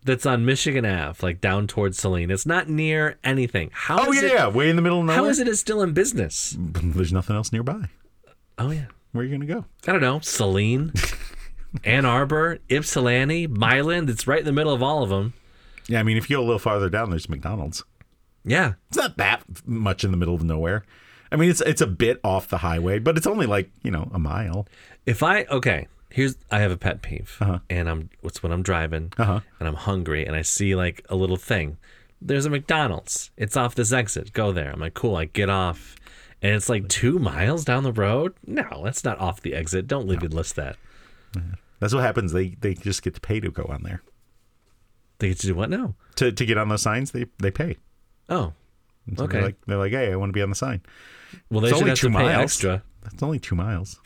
Speaker 1: That's on Michigan Ave, like down towards Saline. It's not near anything. How
Speaker 2: Oh
Speaker 1: is
Speaker 2: yeah,
Speaker 1: it?
Speaker 2: yeah, way in the middle of nowhere.
Speaker 1: How is it it's still in business?
Speaker 2: There's nothing else nearby.
Speaker 1: Oh yeah.
Speaker 2: Where are you gonna go?
Speaker 1: I don't know, Saline, Ann Arbor, Ypsilanti, Milan. It's right in the middle of all of them.
Speaker 2: Yeah, I mean, if you go a little farther down, there's McDonald's.
Speaker 1: Yeah.
Speaker 2: It's not that much in the middle of nowhere. I mean, it's it's a bit off the highway, but it's only like you know a mile.
Speaker 1: If I okay, here's I have a pet peeve, and I'm it's when I'm driving
Speaker 2: Uh-huh.
Speaker 1: and I'm hungry and I see like a little thing. There's a McDonald's. It's off this exit. Go there. I'm like, cool. I get off, and it's like two miles down the road. No, that's not off the exit. Don't leave it list that.
Speaker 2: That's what happens. They they just get to pay to go on there
Speaker 1: They get to do what now?
Speaker 2: to to get on those signs. They they pay.
Speaker 1: Oh,
Speaker 2: So
Speaker 1: okay.
Speaker 2: They're like, they're like, hey, I want to be on the sign.
Speaker 1: well, they
Speaker 2: It's
Speaker 1: should
Speaker 2: only
Speaker 1: have
Speaker 2: two
Speaker 1: to pay
Speaker 2: miles.
Speaker 1: extra.
Speaker 2: That's only two miles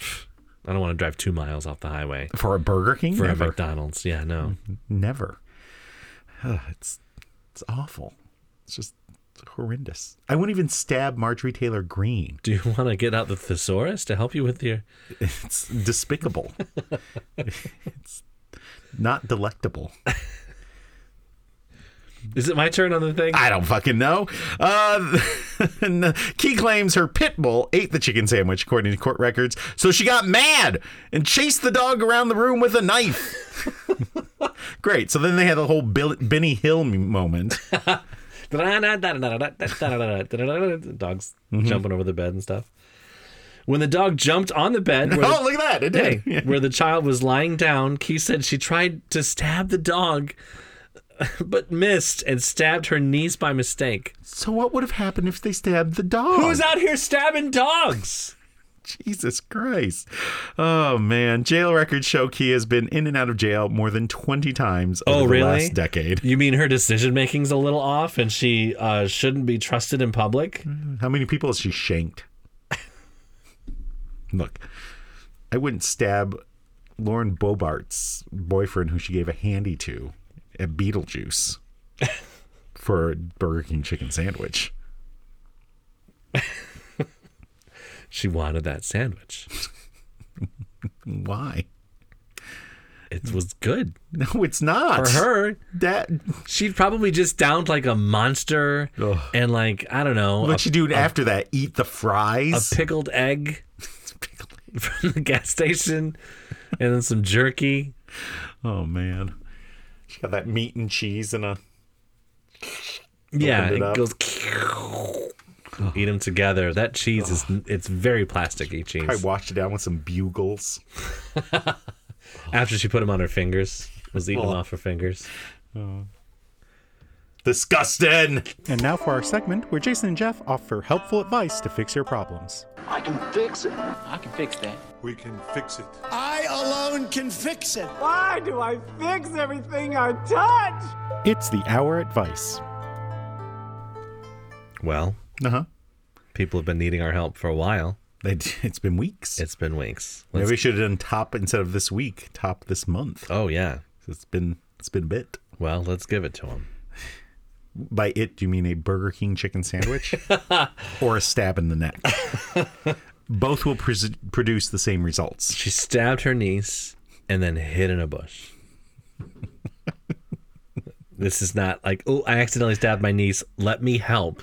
Speaker 1: I don't want to drive two miles off the highway
Speaker 2: for a Burger King.
Speaker 1: for a
Speaker 2: Never, Mm.
Speaker 1: McDonald's. Yeah, no.
Speaker 2: never. Ugh, it's it's awful. It's just horrendous. I wouldn't even stab Marjorie Taylor Greene.
Speaker 1: Do you want to get out the thesaurus to help you with your?
Speaker 2: It's despicable. it's not delectable.
Speaker 1: Is it my turn on the thing?
Speaker 2: I don't fucking know. Uh, and Key claims her pit bull ate the chicken sandwich, according to court records. So she got mad and chased the dog around the room with a knife. Great. So then they had the whole Bill, Benny Hill m- moment.
Speaker 1: Dogs jumping over the bed and stuff. When the dog jumped on the bed, where,
Speaker 2: oh, look at that. It
Speaker 1: hey,
Speaker 2: did. Yeah.
Speaker 1: where the child was lying down, Key said she tried to stab the dog, but missed and stabbed her niece by mistake.
Speaker 2: So what would have happened if they stabbed the dog?
Speaker 1: Who's out here stabbing dogs?
Speaker 2: Jesus Christ. Oh, man. Jail records show Key has been in and out of jail more than 20 times over
Speaker 1: Oh,
Speaker 2: the
Speaker 1: really?
Speaker 2: last decade.
Speaker 1: You mean her decision making's a little off, and she uh, shouldn't be trusted in public?
Speaker 2: How many people has she shanked? Look, I wouldn't stab Lauren Bobart's boyfriend, who she gave a handy to at Beetlejuice, for a Burger King chicken sandwich.
Speaker 1: She wanted that sandwich.
Speaker 2: Why?
Speaker 1: It was good
Speaker 2: No, it's not
Speaker 1: for her.
Speaker 2: That
Speaker 1: She probably just downed like a monster
Speaker 2: Ugh.
Speaker 1: and like I don't know a,
Speaker 2: what you do after that? Eat the
Speaker 1: a
Speaker 2: fries.
Speaker 1: pickled egg from the gas station, and then some jerky.
Speaker 2: oh man, she got that meat and cheese and a.
Speaker 1: yeah,
Speaker 2: Opened it
Speaker 1: it,
Speaker 2: up.
Speaker 1: goes. Eat them together. That cheese is it's very plasticky
Speaker 2: I
Speaker 1: cheese.
Speaker 2: washed it down with some bugles.
Speaker 1: After she put them on her fingers, was eating 'em off her fingers.
Speaker 2: Disgusting.
Speaker 3: And now for our segment where Jason and Jeff offer helpful advice to fix your problems.
Speaker 4: I can fix it.
Speaker 5: I can fix that.
Speaker 6: We can fix it.
Speaker 7: I alone can fix it.
Speaker 8: Why do I fix everything I touch?
Speaker 3: It's the Hour Advice.
Speaker 1: Well,
Speaker 2: Uh huh.
Speaker 1: people have been needing our help for a while.
Speaker 2: It's been weeks.
Speaker 1: It's been weeks.
Speaker 2: Maybe
Speaker 1: Let's-
Speaker 2: we should have done top instead of this week, top this month.
Speaker 1: oh yeah.
Speaker 2: It's been it's been a bit.
Speaker 1: Well, let's give it to them.
Speaker 2: By it, do you mean a Burger King chicken sandwich or a stab in the neck? Both will pres produce the same results.
Speaker 1: She stabbed her niece and then hid in a bush. this is not like, oh, I accidentally stabbed my niece. Let me help.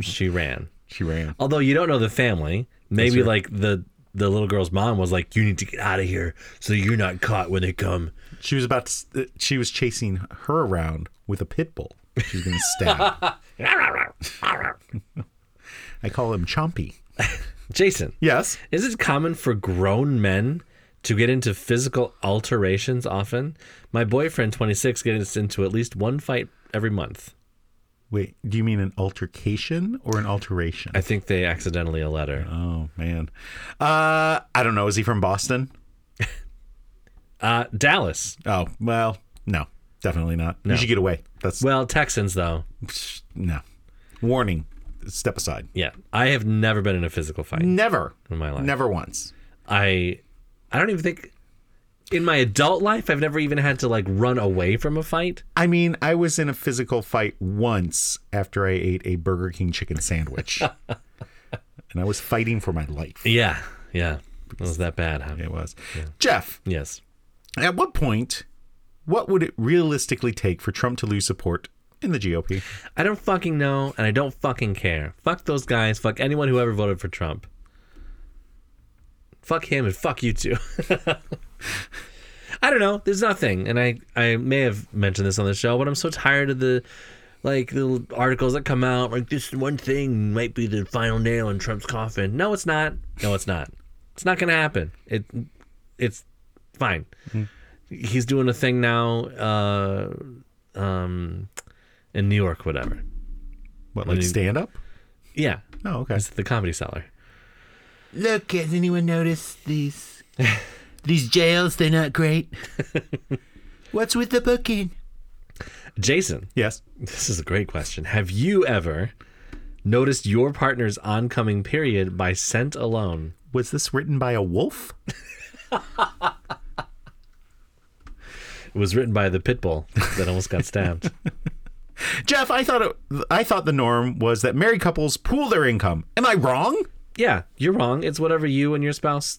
Speaker 1: She ran.
Speaker 2: She ran.
Speaker 1: Although you don't know the family, maybe
Speaker 2: right.
Speaker 1: like the the little girl's mom was like, "You need to get out of here so you're not caught when they come."
Speaker 2: She was about to. s- uh, She was chasing her around with a pit bull. She was going to stab. I call him Chompy.
Speaker 1: Jason,
Speaker 2: Yes.
Speaker 1: is it common for grown men to get into physical alterations often? My boyfriend, 26, gets into at least one fight every month.
Speaker 2: Wait, do you mean an altercation or an alteration?
Speaker 1: I think they accidentally a letter.
Speaker 2: oh man, uh, I don't know. Is he from Boston?
Speaker 1: Uh, Dallas.
Speaker 2: Oh well, no, definitely not. You should get away. That's
Speaker 1: Well, Texans though.
Speaker 2: no warning. Step aside.
Speaker 1: Yeah, I have never been in a physical fight.
Speaker 2: Never
Speaker 1: In my life.
Speaker 2: Never once.
Speaker 1: I I don't even think in my adult life I've never even had to like run away from a fight.
Speaker 2: I mean, I was in a physical fight once after I ate a Burger King chicken sandwich, and I was fighting for my life.
Speaker 1: Yeah, yeah. It was that bad, huh?
Speaker 2: It was Jeff.
Speaker 1: Yes.
Speaker 2: At what point? What would it realistically take for Trump to lose support in the GOP?
Speaker 1: I don't fucking know and I don't fucking care. Fuck those guys, fuck anyone who ever voted for Trump. Fuck him and fuck you too. I don't know. There's nothing. And I I may have mentioned this on the show, but I'm so tired of the like the articles that come out like this one thing might be the final nail in Trump's coffin. No, it's not. No, it's not. It's not going to happen. It it's fine. He's doing a thing now uh um in New York whatever.
Speaker 2: What, like
Speaker 1: you-
Speaker 2: stand up?
Speaker 1: Yeah.
Speaker 2: Oh, okay.
Speaker 1: It's the comedy cellar.
Speaker 4: Look, has anyone noticed these these jails? They're not great. What's with the booking?
Speaker 1: Jason,
Speaker 2: Yes.
Speaker 1: this is a great question. Have you ever noticed your partner's oncoming period by scent alone?
Speaker 2: Was this written by a wolf?
Speaker 1: It was written by the pit bull that almost got stabbed.
Speaker 2: Jeff, I thought it, I thought the norm was that married couples pool their income. Am I wrong?
Speaker 1: yeah, you're wrong. It's whatever you and your spouse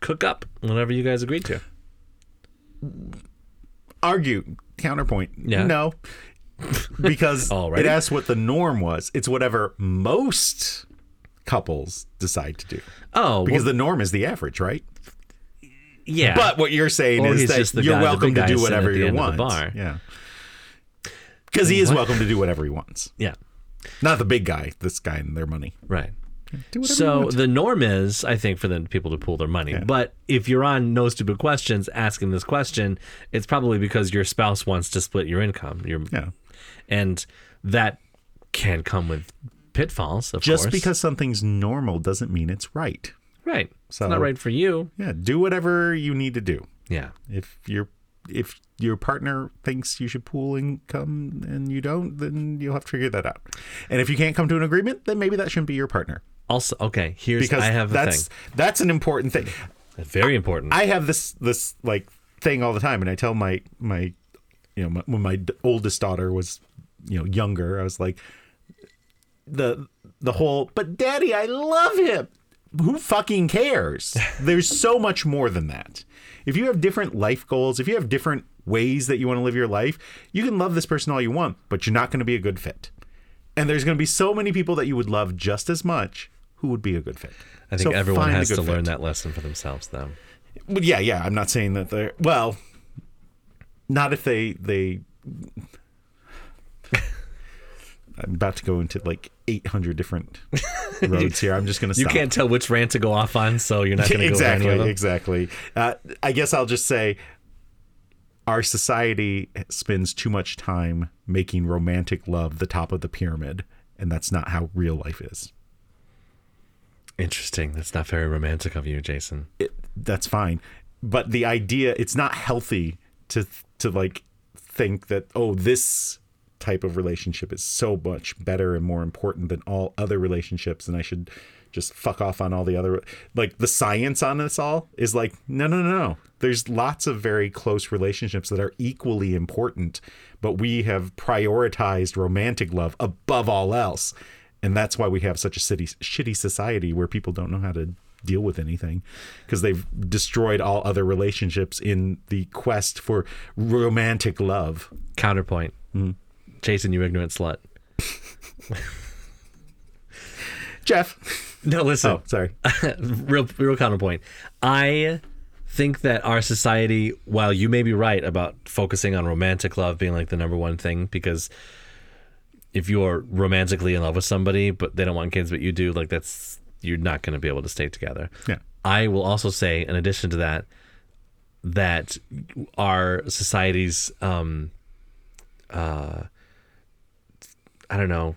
Speaker 1: cook up, whatever you guys agreed to.
Speaker 2: Argue counterpoint.
Speaker 1: Yeah.
Speaker 2: No. Because
Speaker 1: Alrighty.
Speaker 2: it asks what the norm was. It's whatever most couples decide to do.
Speaker 1: Oh,
Speaker 2: Because
Speaker 1: well,
Speaker 2: the norm is the average, right?
Speaker 1: yeah.
Speaker 2: But what you're saying
Speaker 1: Or
Speaker 2: is
Speaker 1: he's
Speaker 2: that
Speaker 1: just the
Speaker 2: you're
Speaker 1: guy- the
Speaker 2: welcome
Speaker 1: big
Speaker 2: to
Speaker 1: guy
Speaker 2: do
Speaker 1: sitting at
Speaker 2: whatever
Speaker 1: the
Speaker 2: you
Speaker 1: end of
Speaker 2: want.
Speaker 1: the bar.
Speaker 2: Yeah. Because he is welcome to do whatever he wants.
Speaker 1: yeah,
Speaker 2: Not the big guy, this guy and their money.
Speaker 1: right.
Speaker 2: Do whatever you
Speaker 1: So
Speaker 2: want.
Speaker 1: the norm is, I think, for the people to pool their money. But if you're on No Stupid Questions asking this question, it's probably because your spouse wants to split your income. Your
Speaker 2: yeah.
Speaker 1: and that can come with pitfalls, of
Speaker 2: Just
Speaker 1: course.
Speaker 2: because something's normal doesn't mean it's right.
Speaker 1: right,
Speaker 2: So-
Speaker 1: it's not right for you.
Speaker 2: Yeah, do whatever you need to do.
Speaker 1: Yeah,
Speaker 2: If your if your partner thinks you should pool income and you don't, then you'll have to figure that out. And if you can't come to an agreement, then maybe that shouldn't be your partner
Speaker 1: Also, okay. Here's
Speaker 2: because
Speaker 1: I have a
Speaker 2: that's
Speaker 1: thing.
Speaker 2: that's an important thing.
Speaker 1: That's very important.
Speaker 2: I have this this like thing all the time, and I tell my my you know my, when my d- oldest daughter was you know younger, I was like the the whole but daddy, I love him. Who fucking cares? There's so much more than that. If you have different life goals, if you have different ways that you want to live your life, you can love this person all you want, but you're not going to be a good fit. And there's going to be so many people that you would love just as much who would be a good fit.
Speaker 1: I think
Speaker 2: So
Speaker 1: everyone
Speaker 2: find the
Speaker 1: has to
Speaker 2: good
Speaker 1: learn
Speaker 2: fit.
Speaker 1: that lesson for themselves, though.
Speaker 2: Well, yeah, yeah. I'm not saying that they're well. Not if they they. I'm about to go into like 800 different roads here. I'm just going to.
Speaker 1: You can't tell which rant to go off on, so you're not going to
Speaker 2: exactly,
Speaker 1: go over any of them.
Speaker 2: exactly. Uh, I guess I'll just say, our society spends too much time making romantic love the top of the pyramid, and that's not how real life is.
Speaker 1: Interesting. That's not very romantic of you, Jason.
Speaker 2: it, that's fine. But the idea, it's not healthy to to like think that oh this type of relationship is so much better and more important than all other relationships, and I should just fuck off on all the other. Like the science on this all is like, no, no, no, no. There's lots of very close relationships that are equally important, but we have prioritized romantic love above all else. And that's why we have such a city, shitty society where people don't know how to deal with anything because they've destroyed all other relationships in the quest for romantic love.
Speaker 1: Counterpoint. Jason, you ignorant slut.
Speaker 2: Jeff.
Speaker 1: No, listen.
Speaker 2: Oh, sorry.
Speaker 1: real real counterpoint. I think that our society, while you may be right about focusing on romantic love being like the number one thing, because if you're romantically in love with somebody but they don't want kids but you do, like that's you're not gonna be able to stay together.
Speaker 2: Yeah.
Speaker 1: I will also say, in addition to that, that our society's um uh I don't know,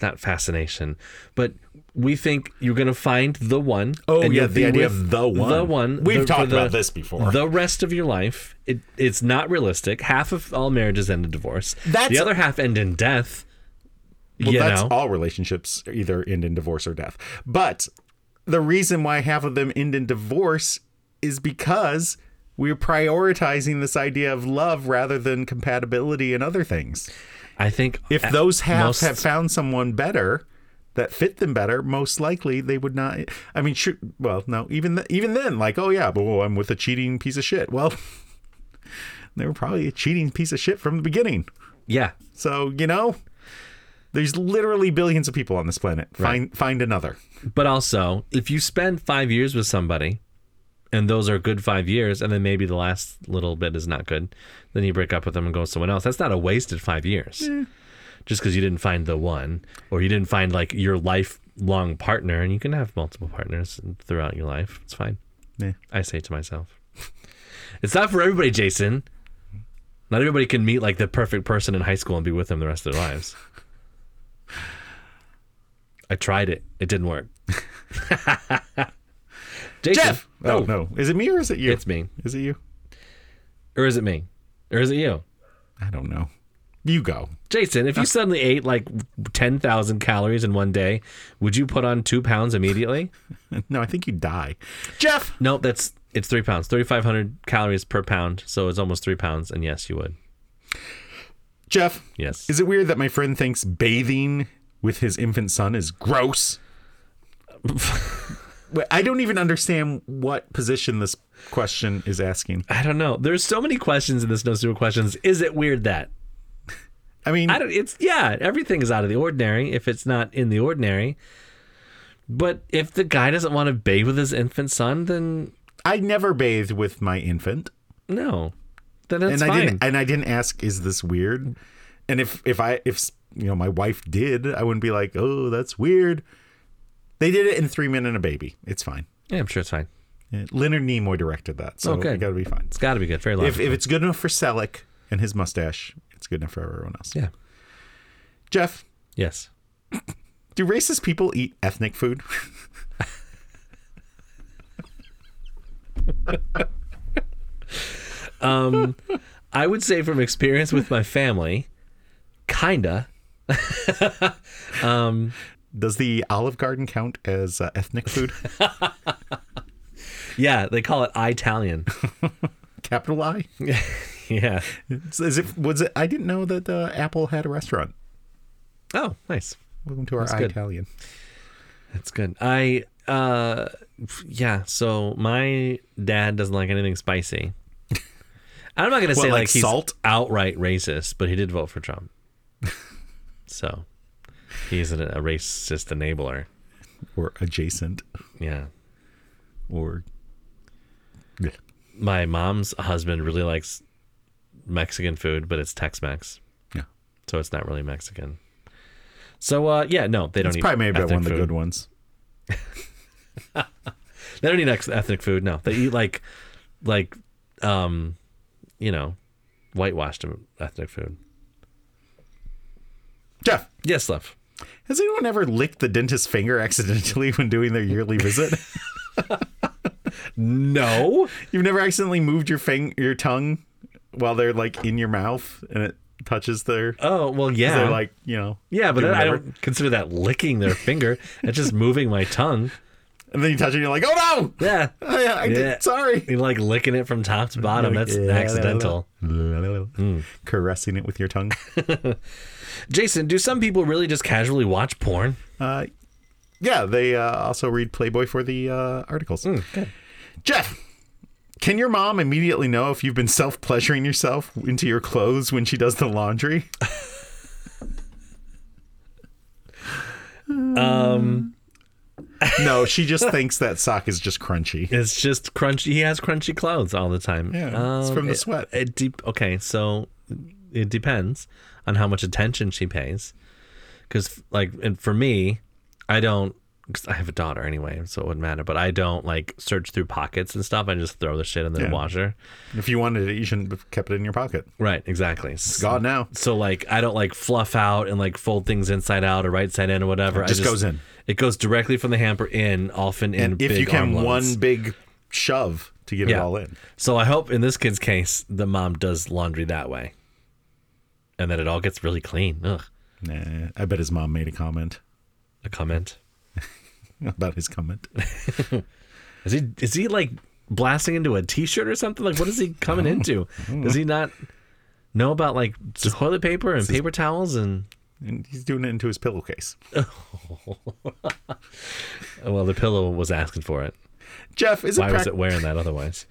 Speaker 1: not fascination, but we think you're gonna find the one.
Speaker 2: Oh,
Speaker 1: and
Speaker 2: yeah,
Speaker 1: you'll
Speaker 2: the
Speaker 1: be
Speaker 2: idea
Speaker 1: with
Speaker 2: of the one.
Speaker 1: The one.
Speaker 2: We've
Speaker 1: the- for
Speaker 2: talked
Speaker 1: the-
Speaker 2: about this before.
Speaker 1: The rest of your life, it it's not realistic. Half of all marriages end in divorce.
Speaker 2: That's-
Speaker 1: the other half end in death.
Speaker 2: Well,
Speaker 1: you
Speaker 2: that's
Speaker 1: know?
Speaker 2: all relationships either end in divorce or death. But the reason why half of them end in divorce is because we're prioritizing this idea of love rather than compatibility and other things.
Speaker 1: I think
Speaker 2: If
Speaker 1: at
Speaker 2: those
Speaker 1: most-
Speaker 2: halves have found someone better that fit them better, most likely they would not. I mean, sure, well, no, even th- even then, like, oh yeah, but well, I'm with a cheating piece of shit. Well, they were probably a cheating piece of shit from the beginning.
Speaker 1: yeah,
Speaker 2: So you know, there's literally billions of people on this planet. Find find another.
Speaker 1: But also, if you spend five years with somebody, and those are good five years, and then maybe the last little bit is not good, then you break up with them and go with someone else. That's not a wasted five years. Just because you didn't find the one, or you didn't find like your lifelong partner, and you can have multiple partners throughout your life. It's fine.
Speaker 2: Yeah.
Speaker 1: I say to myself, it's not for everybody, Jason. Not everybody can meet like the perfect person in high school and be with them the rest of their lives. I tried it. It didn't work. Jason,
Speaker 2: Jeff. Oh no, is it me or is it you?
Speaker 1: It's me.
Speaker 2: Is it you?
Speaker 1: Or is it me? Or is it you?
Speaker 2: I don't know. You go.
Speaker 1: Jason, if you suddenly ate like 10,000 calories in one day, would you put on two pounds immediately?
Speaker 2: No, I think you die. Jeff.
Speaker 1: no, that's it's three pounds, 3,500 calories per pound. So it's almost three pounds. And yes, you would.
Speaker 2: Jeff.
Speaker 1: Yes.
Speaker 2: Is it weird that my friend thinks bathing with his infant son is gross? Wait, I don't even understand what position this question is asking.
Speaker 1: I don't know. There's so many questions in this no super questions. Is it weird that
Speaker 2: I mean,
Speaker 1: I don't? It's yeah. Everything is out of the ordinary if it's not in the ordinary. But if the guy doesn't want to bathe with his infant son, then
Speaker 2: I never bathed with my infant.
Speaker 1: no, then that's
Speaker 2: and I
Speaker 1: fine.
Speaker 2: didn't and I didn't ask is this weird? And if if I if you know my wife did, I wouldn't be like, "Oh, that's weird." They did it in 3 men and a baby. It's fine.
Speaker 1: yeah, I'm sure it's fine.
Speaker 2: Yeah, Leonard Nimoy directed that, so
Speaker 1: Oh, good.
Speaker 2: it got to be fine.
Speaker 1: It's got to be good. Very
Speaker 2: If
Speaker 1: logical.
Speaker 2: if it's good enough for Selleck and his mustache, it's good enough for everyone else.
Speaker 1: yeah.
Speaker 2: Jeff,
Speaker 1: Yes.
Speaker 2: do racist people eat ethnic food?
Speaker 1: I would say from experience with my family, kinda.
Speaker 2: Does the Olive Garden count as uh, ethnic food?
Speaker 1: Yeah, they call it Italian.
Speaker 2: Capital I.
Speaker 1: yeah.
Speaker 2: Is- Is it was it? I didn't know that uh, Apple had a restaurant.
Speaker 1: Oh, nice.
Speaker 2: Welcome to our
Speaker 1: good.
Speaker 2: Italian.
Speaker 1: That's good. I uh f- yeah, so my dad doesn't like anything spicy. I'm not gonna say
Speaker 2: like
Speaker 1: like, he's
Speaker 2: salt?
Speaker 1: outright racist, but he did vote for Trump. so he's an, a racist enabler.
Speaker 2: or adjacent
Speaker 1: Yeah.
Speaker 2: or
Speaker 1: My mom's husband really likes Mexican food, but it's Tex Mex.
Speaker 2: Yeah.
Speaker 1: So it's not really Mexican. So uh yeah, no, they don't
Speaker 2: it's
Speaker 1: eat
Speaker 2: probably maybe
Speaker 1: ethnic
Speaker 2: one of the
Speaker 1: food.
Speaker 2: good ones.
Speaker 1: They don't eat ex- ethnic food. No, they eat like, like, um, you know, whitewashed ethnic food.
Speaker 2: Jeff,
Speaker 1: Yes, love.
Speaker 2: has anyone ever licked the dentist's finger accidentally when doing their yearly visit?
Speaker 1: No,
Speaker 2: You've never accidentally moved your fing- your tongue while they're like in your mouth and it touches their.
Speaker 1: Oh well, yeah,
Speaker 2: They're like you know.
Speaker 1: yeah, but
Speaker 2: do
Speaker 1: I
Speaker 2: whatever.
Speaker 1: don't consider that licking their finger. That's just moving my tongue.
Speaker 2: And then you touch it, and you're like, oh no!
Speaker 1: Yeah,
Speaker 2: Oh, yeah, I
Speaker 1: Yeah.
Speaker 2: Did, sorry.
Speaker 1: you like licking it from top to bottom.
Speaker 2: Like,
Speaker 1: That's
Speaker 2: yeah,
Speaker 1: accidental. Mm.
Speaker 2: la, la, la, la. Caressing it with your tongue.
Speaker 1: Jason, do some people really just casually watch porn?
Speaker 2: Uh, yeah, they uh, also read Playboy for the uh, articles.
Speaker 1: Mm,
Speaker 2: Jeff, can your mom immediately know if you've been self pleasuring yourself into your clothes when she does the laundry? um. no, she just thinks that sock is just crunchy.
Speaker 1: It's just crunchy. He has crunchy clothes all the time. Um,
Speaker 2: Yeah, it's from the
Speaker 1: it-
Speaker 2: sweat.
Speaker 1: It, de- okay, so it depends on how much attention she pays. Because, like, and for me, I don't. Cause I have a daughter anyway, so it wouldn't matter. But I don't like search through pockets and stuff. I just throw the shit in the
Speaker 2: Yeah.
Speaker 1: washer.
Speaker 2: If you wanted it, you shouldn't have kept it in your pocket.
Speaker 1: Right, exactly. It's
Speaker 2: Gone now.
Speaker 1: So like I don't like fluff out and like fold things inside out or right side in or whatever. I
Speaker 2: just goes in.
Speaker 1: It goes directly from the hamper in, often in
Speaker 2: And if
Speaker 1: big
Speaker 2: you can,
Speaker 1: armloads.
Speaker 2: one big shove to get it all in.
Speaker 1: So I hope in this kid's case, the mom does laundry that way, and then it all gets really clean. Ugh,
Speaker 2: Nah, I bet his mom made a comment
Speaker 1: a comment.
Speaker 2: about his comment.
Speaker 1: Is he is he like blasting into a t-shirt or something? Like what is he coming into? Does he not know about like toilet paper and paper towels and?
Speaker 2: And he's doing it into his pillowcase.
Speaker 1: oh, Well, the pillow was asking for it.
Speaker 2: Jeff, is it,
Speaker 1: Why was
Speaker 2: prac-
Speaker 1: it wearing that otherwise?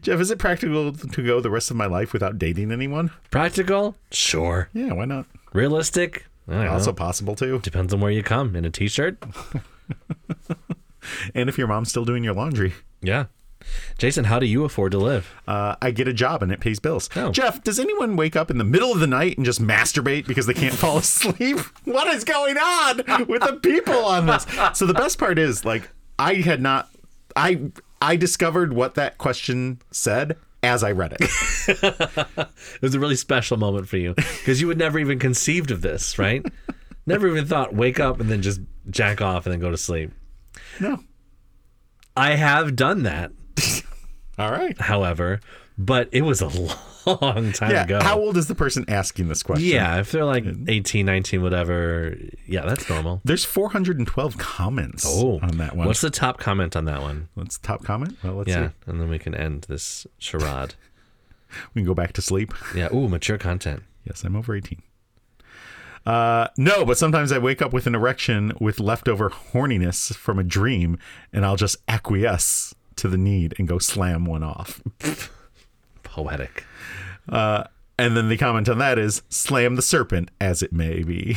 Speaker 2: Jeff, is it practical to go the rest of my life without dating anyone?
Speaker 1: Practical? Sure.
Speaker 2: Yeah, why not?
Speaker 1: Realistic? I don't
Speaker 2: Also
Speaker 1: know.
Speaker 2: possible too.
Speaker 1: depends on where you come. In a t-shirt?
Speaker 2: And if your mom's still doing your laundry,
Speaker 1: Yeah. Jason, how do you afford to live?
Speaker 2: uh, I get a job and it pays bills.
Speaker 1: Oh.
Speaker 2: Jeff, does anyone wake up in the middle of the night and just masturbate because they can't fall asleep? What is going on with the people on this? So the best part is, like, I had not, I, I discovered what that question said as I read it.
Speaker 1: It was a really special moment for you because you had never even conceived of this, right? never even thought wake up and then just jack off and then go to sleep.
Speaker 2: no.
Speaker 1: I have done that,
Speaker 2: All right.
Speaker 1: however, but it was a long time
Speaker 2: Yeah.
Speaker 1: ago.
Speaker 2: How old is the person asking this question?
Speaker 1: yeah, if they're like 18, 19, whatever, yeah, that's normal.
Speaker 2: There's 412 comments on that
Speaker 1: Oh,
Speaker 2: one.
Speaker 1: What's the top comment on that one?
Speaker 2: What's the top comment? Well, let's
Speaker 1: Yeah,
Speaker 2: see.
Speaker 1: and then we can end this charade.
Speaker 2: We can go back to sleep.
Speaker 1: yeah, ooh, mature content.
Speaker 2: Yes, I'm over 18. Uh, no, but sometimes I wake up with an erection with leftover horniness from a dream, and I'll just acquiesce to the need and go slam one off.
Speaker 1: Poetic.
Speaker 2: And then the comment on that is slam the serpent as it may be.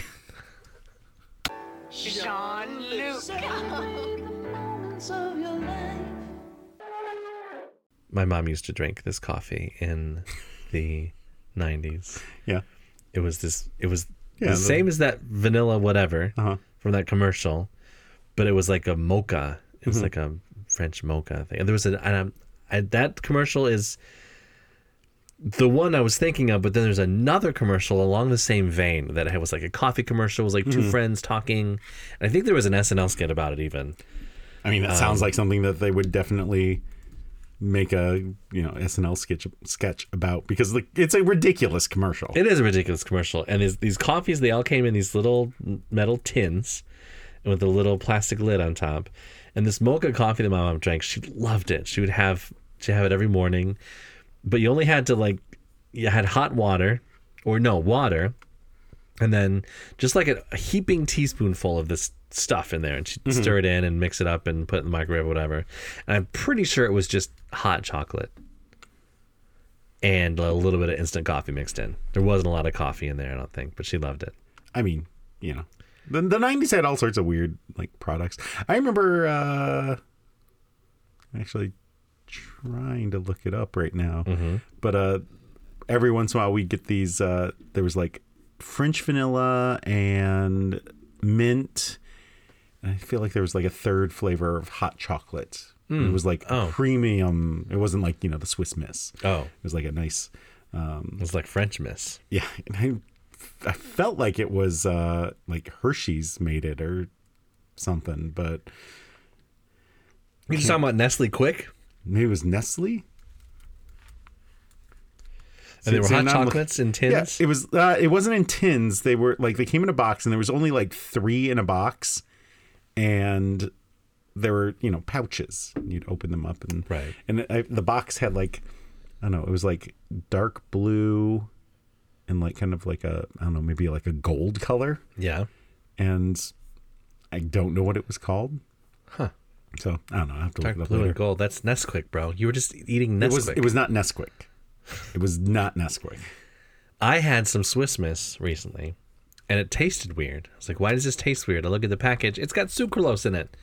Speaker 1: My mom used to drink this coffee in the 90s.
Speaker 2: Yeah.
Speaker 1: It was this it was
Speaker 2: Yeah,
Speaker 1: the
Speaker 2: the- Uh-huh.
Speaker 1: same as that vanilla whatever from that commercial, but it was like a mocha. It
Speaker 2: Mm-hmm.
Speaker 1: was like a French mocha thing. And there was an and I'm- I, that commercial is the one I was thinking of, but then there's another commercial along the same vein that had- was like a coffee commercial. It was like 2
Speaker 2: Mm-hmm.
Speaker 1: friends talking. And I think there was an SNL skit about it even.
Speaker 5: I mean, that sounds
Speaker 2: Um,
Speaker 5: like something that they would definitely make a you know SNL sketch sketch about because like it's a ridiculous commercial.
Speaker 1: It is a ridiculous commercial, and is, these coffees they all came in these little metal tins with a little plastic lid on top. And this mocha coffee that my mom drank, she loved it. She would have she have it every morning, but you only had to like you had hot water or no water, and then just like a, a heaping teaspoonful of this stuff in there, and she'd stir it in and mix it up and put it in the microwave or whatever. And I'm pretty sure it was just hot chocolate and a little bit of instant coffee mixed in. There wasn't a lot of coffee in there, I don't think, but she loved it.
Speaker 5: I mean, you know, the the nineties had all sorts of weird like products. I remember uh actually trying to look it up right now,
Speaker 1: Mm-hmm.
Speaker 5: but uh every once in a while we get these. uh There was like French vanilla and mint. And I feel like there was like a third flavor of hot chocolate. It was like
Speaker 1: Oh.
Speaker 5: premium. It wasn't like you know the Swiss Miss.
Speaker 1: Oh,
Speaker 5: It was like a nice
Speaker 1: it was like French Miss.
Speaker 5: yeah, and I, I felt like it was uh, like Hershey's made it or something, but
Speaker 1: You talking about Nestle Quick?
Speaker 5: maybe it was Nestle.
Speaker 1: And they were
Speaker 2: so
Speaker 1: hot
Speaker 2: now I'm look-
Speaker 1: chocolates in tins.
Speaker 2: Yeah, it was. Uh, it wasn't in tins. They were like they came in a box, and there was only like three in a box, and there were you know pouches. You'd open them up, and
Speaker 1: Right.
Speaker 2: And I, the box had like I don't know. It was like dark blue, and like kind of like a I don't know maybe like a gold color,
Speaker 1: yeah.
Speaker 2: and I don't know what it was called. Huh. So I don't know. I have to
Speaker 1: Dark
Speaker 2: look it up
Speaker 1: blue
Speaker 2: later.
Speaker 1: and gold. That's Nesquik, bro. You were just eating Nesquik.
Speaker 2: It was. It was not Nesquik. It was not Nesquik.
Speaker 1: I had some Swiss Miss recently, and it tasted weird. I was like, "Why does this taste weird?" I look at the package; it's got sucralose in it.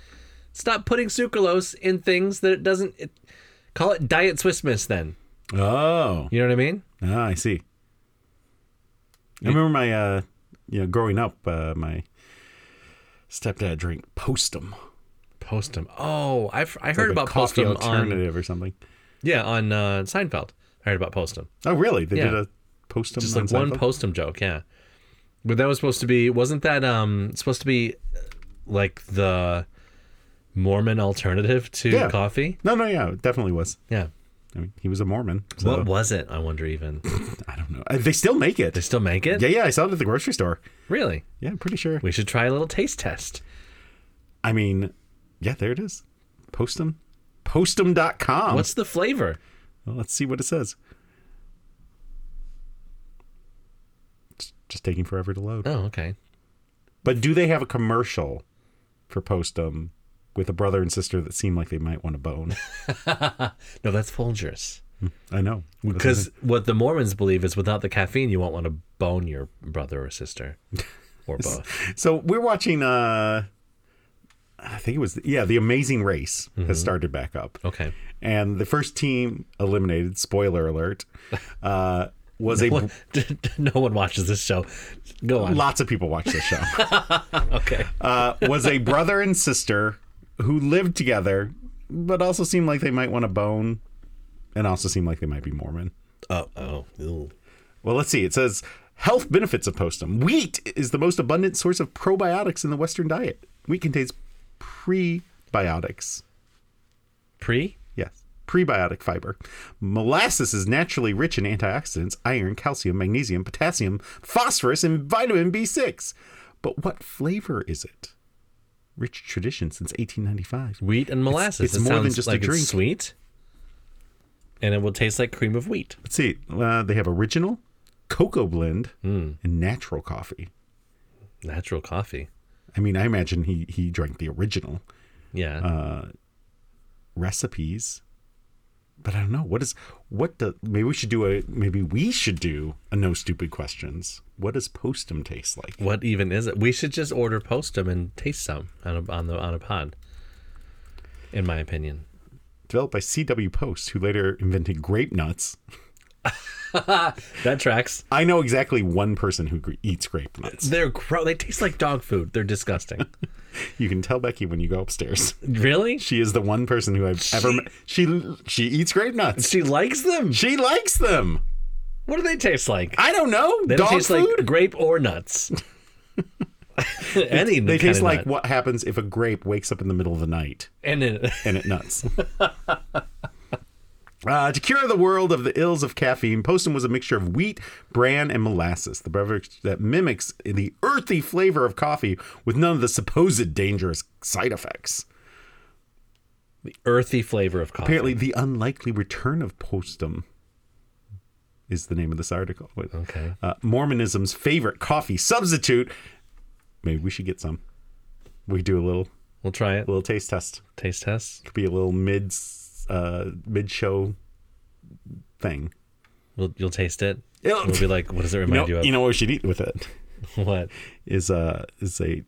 Speaker 1: Stop putting sucralose in things that it doesn't. It, call it diet Swiss Miss, then.
Speaker 2: Oh.
Speaker 1: You know what I mean?
Speaker 2: Ah, I see. I remember my, uh, you know, growing up, uh, my stepdad drank Postum,
Speaker 1: Postum. Oh, I've, I heard
Speaker 2: like a
Speaker 1: about
Speaker 2: coffee
Speaker 1: Postum on
Speaker 2: alternative or something.
Speaker 1: yeah on uh, Seinfeld. I heard about Postum.
Speaker 2: Oh, really? They did
Speaker 1: Yeah.
Speaker 2: a Postum.
Speaker 1: Just
Speaker 2: on
Speaker 1: like one
Speaker 2: Seinfeld?
Speaker 1: Postum joke, yeah. But that was supposed to be wasn't that um supposed to be uh, like the Mormon alternative to
Speaker 2: Yeah.
Speaker 1: coffee?
Speaker 2: No, no, yeah, it definitely was.
Speaker 1: Yeah.
Speaker 2: I mean, he was a Mormon. So
Speaker 1: What was it? I wonder. Even
Speaker 2: I don't know. Uh, They still make it.
Speaker 1: they still make it?
Speaker 2: Yeah, yeah, I saw it at the grocery store.
Speaker 1: Really?
Speaker 2: Yeah, I'm pretty sure.
Speaker 1: We should try a little taste test.
Speaker 2: I mean, yeah, there it is. Postum. Postum.com.
Speaker 1: What's the flavor?
Speaker 2: Well, let's see what it says. It's just taking forever to load.
Speaker 1: Oh, okay.
Speaker 2: But do they have a commercial for Postum with a brother and sister that seem like they might want to bone?
Speaker 1: No, that's Folgers.
Speaker 2: I know.
Speaker 1: Because what the Mormons believe is without the caffeine, you won't want to bone your brother or sister or both.
Speaker 2: so we're watching uh I think it was yeah, The Amazing Race has started back up.
Speaker 1: Okay.
Speaker 2: And the first team eliminated, spoiler alert, uh was a
Speaker 1: What- no one watches this show. Go on.
Speaker 2: lots of people watch this show.
Speaker 1: Okay.
Speaker 2: uh, was a brother and sister who lived together, but also seemed like they might want to bone, and also seemed like they might be Mormon.
Speaker 1: Oh, oh. ew.
Speaker 2: Well, let's see. It says health benefits of postum. Wheat is the most abundant source of probiotics in the Western diet. Wheat contains prebiotics.
Speaker 1: Pre?
Speaker 2: Yes. Prebiotic fiber. Molasses is naturally rich in antioxidants, iron, calcium, magnesium, potassium, phosphorus, and vitamin B6. But what flavor is it? Rich tradition since 1895.
Speaker 1: Wheat and molasses.
Speaker 2: it's
Speaker 1: It
Speaker 2: more than
Speaker 1: sounds
Speaker 2: just a
Speaker 1: like it's
Speaker 2: drink.
Speaker 1: sweet. And it will taste like cream of wheat.
Speaker 2: Let's see. Uh, they have original, cocoa blend, and natural coffee.
Speaker 1: Natural coffee.
Speaker 2: I mean, I imagine he he drank the original
Speaker 1: Yeah.
Speaker 2: Uh. recipes, but I don't know what is what the maybe we should do a maybe we should do a no stupid questions. What does postum taste like?
Speaker 1: what even is it? We should just order Postum and taste some on a, on the on a pod. In my opinion.
Speaker 2: Developed by C.W. Post, who later invented grape nuts.
Speaker 1: That tracks.
Speaker 2: I know exactly one person who gr- eats grape nuts.
Speaker 1: They're gro- they taste like dog food. They're disgusting.
Speaker 2: You can tell Becky when you go upstairs.
Speaker 1: really?
Speaker 2: She is the one person who I've ever met. She she eats grape nuts.
Speaker 1: She likes them.
Speaker 2: She likes them.
Speaker 1: What do they taste like?
Speaker 2: I don't know.
Speaker 1: They don't
Speaker 2: Ah, Dog
Speaker 1: taste
Speaker 2: food.
Speaker 1: like grape or nuts. Any
Speaker 2: they
Speaker 1: kind
Speaker 2: taste
Speaker 1: of
Speaker 2: like
Speaker 1: nut.
Speaker 2: what happens if a grape wakes up in the middle of the night
Speaker 1: And then,
Speaker 2: and it nuts. Uh, to cure the world of the ills of caffeine, Postum was a mixture of wheat, bran, and molasses, the beverage that mimics the earthy flavor of coffee with none of the supposed dangerous side effects.
Speaker 1: the earthy flavor of coffee.
Speaker 2: Apparently, the unlikely return of Postum is the name of this article. Wait.
Speaker 1: Okay.
Speaker 2: Uh, Mormonism's favorite coffee substitute. Maybe we should get some. We do a little
Speaker 1: We'll try it.
Speaker 2: little taste test.
Speaker 1: Taste test.
Speaker 2: Could be a little mid uh, mid show thing.
Speaker 1: We'll, you'll taste it.
Speaker 2: It'll-
Speaker 1: We'll be like, what does it
Speaker 2: You know,
Speaker 1: remind you,
Speaker 2: you know what we should eat with it
Speaker 1: of? what?
Speaker 2: is a is a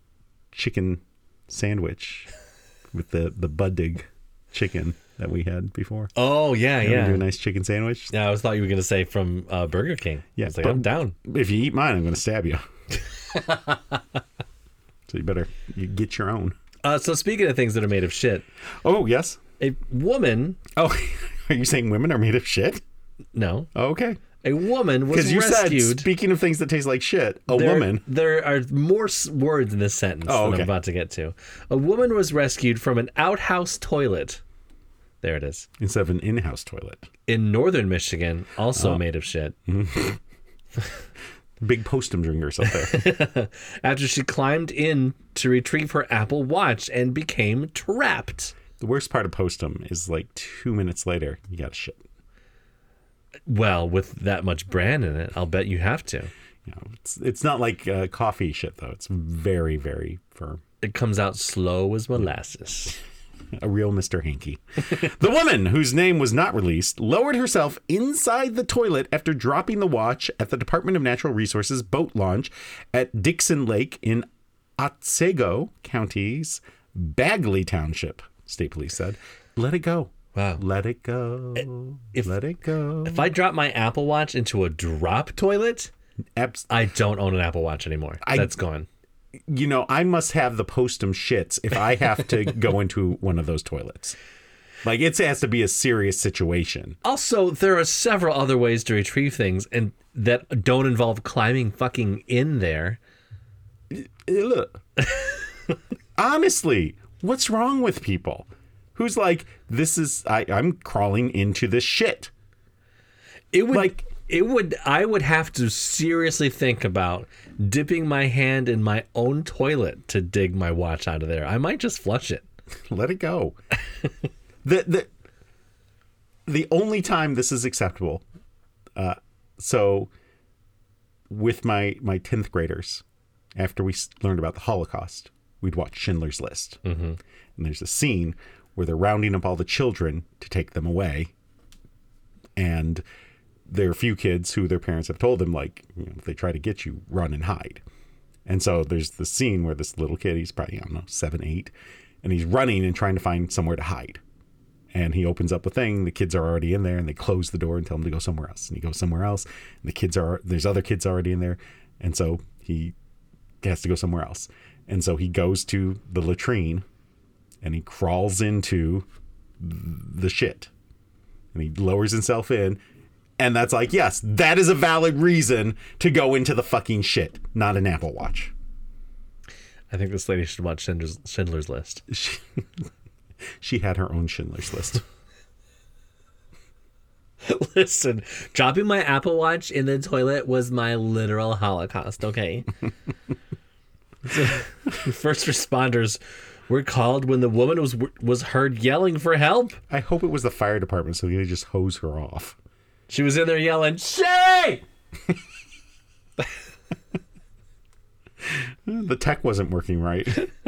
Speaker 2: chicken sandwich with the the budig chicken that we had before.
Speaker 1: Oh, yeah,
Speaker 2: You wanna
Speaker 1: yeah.
Speaker 2: do a nice chicken sandwich.
Speaker 1: Yeah, I was thought you were gonna say from uh, Burger King.
Speaker 2: Yeah,
Speaker 1: I was like,
Speaker 2: but-
Speaker 1: I'm down.
Speaker 2: If you eat mine, I'm going to stab you. so you better you get your own.
Speaker 1: Uh, so speaking of things that are made of shit,
Speaker 2: Oh yes.
Speaker 1: a woman,
Speaker 2: Oh, are you saying women are made of shit?
Speaker 1: no,
Speaker 2: Okay.
Speaker 1: a woman was
Speaker 2: Because you said
Speaker 1: rescued.
Speaker 2: speaking of things that taste like shit, a
Speaker 1: there,
Speaker 2: woman.
Speaker 1: There are more s- words in this sentence
Speaker 2: Oh,
Speaker 1: that
Speaker 2: okay.
Speaker 1: I'm about to get to. A woman was rescued from an outhouse toilet. There it is.
Speaker 2: instead of an in-house toilet.
Speaker 1: in northern Michigan,
Speaker 2: Uh-huh.
Speaker 1: also made of shit.
Speaker 2: Mm-hmm. Big postum drinkers up there.
Speaker 1: After she climbed in to retrieve her Apple Watch and became trapped.
Speaker 2: the worst part of postum is like two minutes later, you got to shit.
Speaker 1: Well, with that much bran in it, I'll bet you have to.
Speaker 2: You know, it's it's not like uh, coffee shit though. It's very very firm.
Speaker 1: It comes out slow as molasses.
Speaker 2: a real Mr. Hanky. the woman, whose name was not released, lowered herself inside the toilet after dropping the watch at the Department of Natural Resources boat launch at Dixon Lake in Otsego County's Bagley Township, state police said. Let it go.
Speaker 1: Wow. Eh,
Speaker 2: Let it go.
Speaker 1: If-
Speaker 2: Let it go.
Speaker 1: If I drop my Apple Watch into a drop toilet,
Speaker 2: Abs-
Speaker 1: I don't own an Apple Watch anymore.
Speaker 2: I-
Speaker 1: That's gone.
Speaker 2: you know, I must have the postum shits if I have to go into one of those toilets. Like, it has to be a serious situation.
Speaker 1: Also, there are several other ways to retrieve things and that don't involve climbing fucking in there.
Speaker 2: Ugh. Honestly, what's wrong with people? Who's like, this is I, I'm crawling into this shit.
Speaker 1: It would
Speaker 2: Like-
Speaker 1: it would I would have to seriously think about dipping my hand in my own toilet to dig my watch out of there. I might just flush it.
Speaker 2: Let it go. the the the only time this is acceptable. Uh, so with my my tenth graders, after we s- learned about the Holocaust, we'd watch Schindler's List, mm-hmm. and there's a scene where they're rounding up all the children to take them away, and there are a few kids who their parents have told them like, you know, if they try to get you, run and hide. And so there's the scene where this little kid, he's probably, I don't know, seven, eight, and he's running and trying to find somewhere to hide. And he opens up a thing. The kids are already in there, and they close the door and tell him to go somewhere else. And he goes somewhere else. And the kids are there's other kids already in there, and so he has to go somewhere else. And so he goes to the latrine, and he crawls into the shit, and he lowers himself in. And that's like, yes, that is a valid reason to go into the fucking shit, not an Apple Watch.
Speaker 1: I think this lady should watch Schindler's, Schindler's List.
Speaker 2: She, she had her own Schindler's List.
Speaker 1: Listen, dropping my Apple Watch in the toilet was my literal Holocaust, okay? So, first responders were called when the woman was was heard yelling for help.
Speaker 2: I hope it was the fire department, so they could just hose her off.
Speaker 1: She was in there yelling, "Sherry!"
Speaker 2: The tech wasn't working right.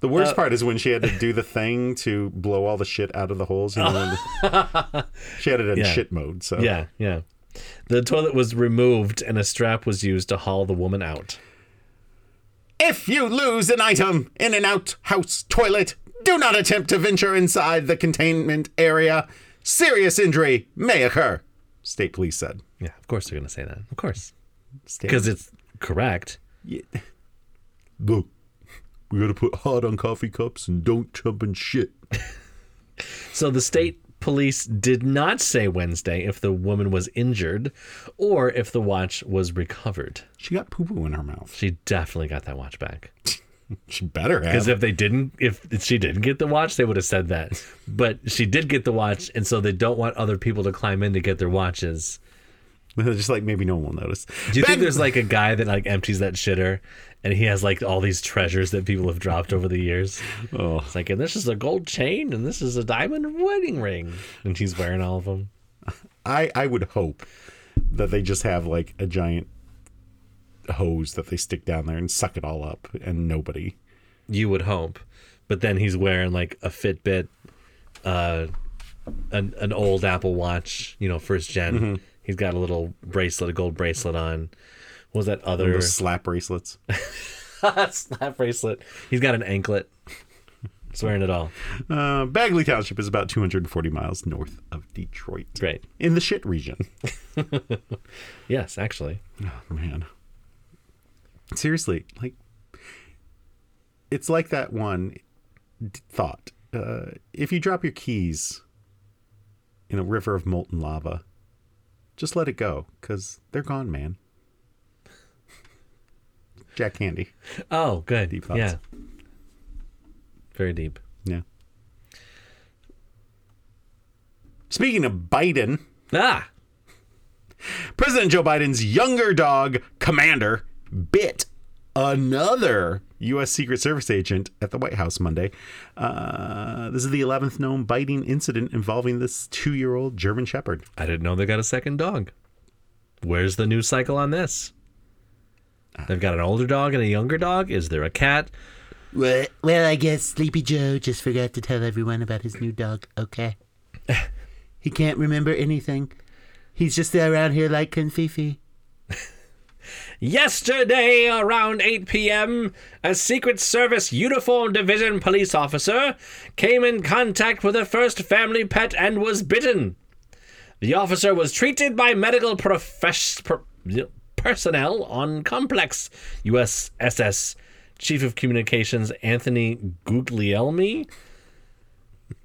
Speaker 2: the worst
Speaker 1: Uh,
Speaker 2: part is when she had to do the thing to blow all the shit out of the holes. You know, and- she had it in
Speaker 1: Yeah.
Speaker 2: shit mode. So
Speaker 1: Yeah, yeah. The toilet was removed and a strap was used to haul the woman out.
Speaker 2: If you lose an item in an outhouse toilet, do not attempt to venture inside the containment area. Serious injury may occur, state police said.
Speaker 1: Yeah, of course they're going to say that. Of course.
Speaker 2: State-
Speaker 1: Because it's correct.
Speaker 2: Look, we gotta put hard on coffee cups and don't jump in shit.
Speaker 1: So the state police did not say Wednesday if the woman was injured or if the watch was recovered.
Speaker 2: She got poo poo in her mouth.
Speaker 1: She definitely got that watch back.
Speaker 2: She better
Speaker 1: Because
Speaker 2: have.
Speaker 1: if they didn't, if she didn't get the watch, they would have said that. But she did get the watch, and so they don't want other people to climb in to get their watches.
Speaker 2: Just like maybe no one will notice.
Speaker 1: Do you
Speaker 2: Bag-
Speaker 1: think there's like a guy that like empties that shitter, and he has like all these treasures that people have dropped over the years? Oh, it's like, and this is a gold chain, and this is a diamond wedding ring, and he's wearing all of them.
Speaker 2: I, I would hope that they just have like a giant hose that they stick down there and suck it all up and nobody.
Speaker 1: you would hope. But then he's wearing like a Fitbit, uh, an an old Apple Watch, you know, first general he He's got a little bracelet, a gold bracelet on. What was that other
Speaker 2: Those slap bracelets.
Speaker 1: slap bracelet? He's got an anklet. He's wearing it all.
Speaker 2: Uh, Bagley Township is about 240 miles north of Detroit.
Speaker 1: Great.
Speaker 2: In the shit region.
Speaker 1: Yes, actually.
Speaker 2: Oh, man. Seriously, like, it's like that one d- thought. Uh, if you drop your keys in a river of molten lava, just let it go, because they're gone, man. Jack Candy.
Speaker 1: Oh, good.
Speaker 2: Deep thoughts.
Speaker 1: yeah. Very deep.
Speaker 2: Yeah. Speaking of Biden,
Speaker 1: Ah,
Speaker 2: President Joe Biden's younger dog, Commander, bit another U.S. Secret Service agent at the White House Monday. Uh, this is the 11th known biting incident involving this two year old German Shepherd.
Speaker 1: I didn't know they got a second dog. Where's the news cycle on this? They've got an older dog and a younger dog. Is there a cat?
Speaker 4: Well, well, I guess Sleepy Joe just forgot to tell everyone about his new dog, okay? he can't remember anything. He's just around here like Confifi.
Speaker 1: Yesterday, around 8 p.m., a Secret Service Uniform Division police officer came in contact with a first family pet and was bitten. The officer was treated by medical profesh- per- personnel on complex USSS Chief of Communications Anthony Guglielmi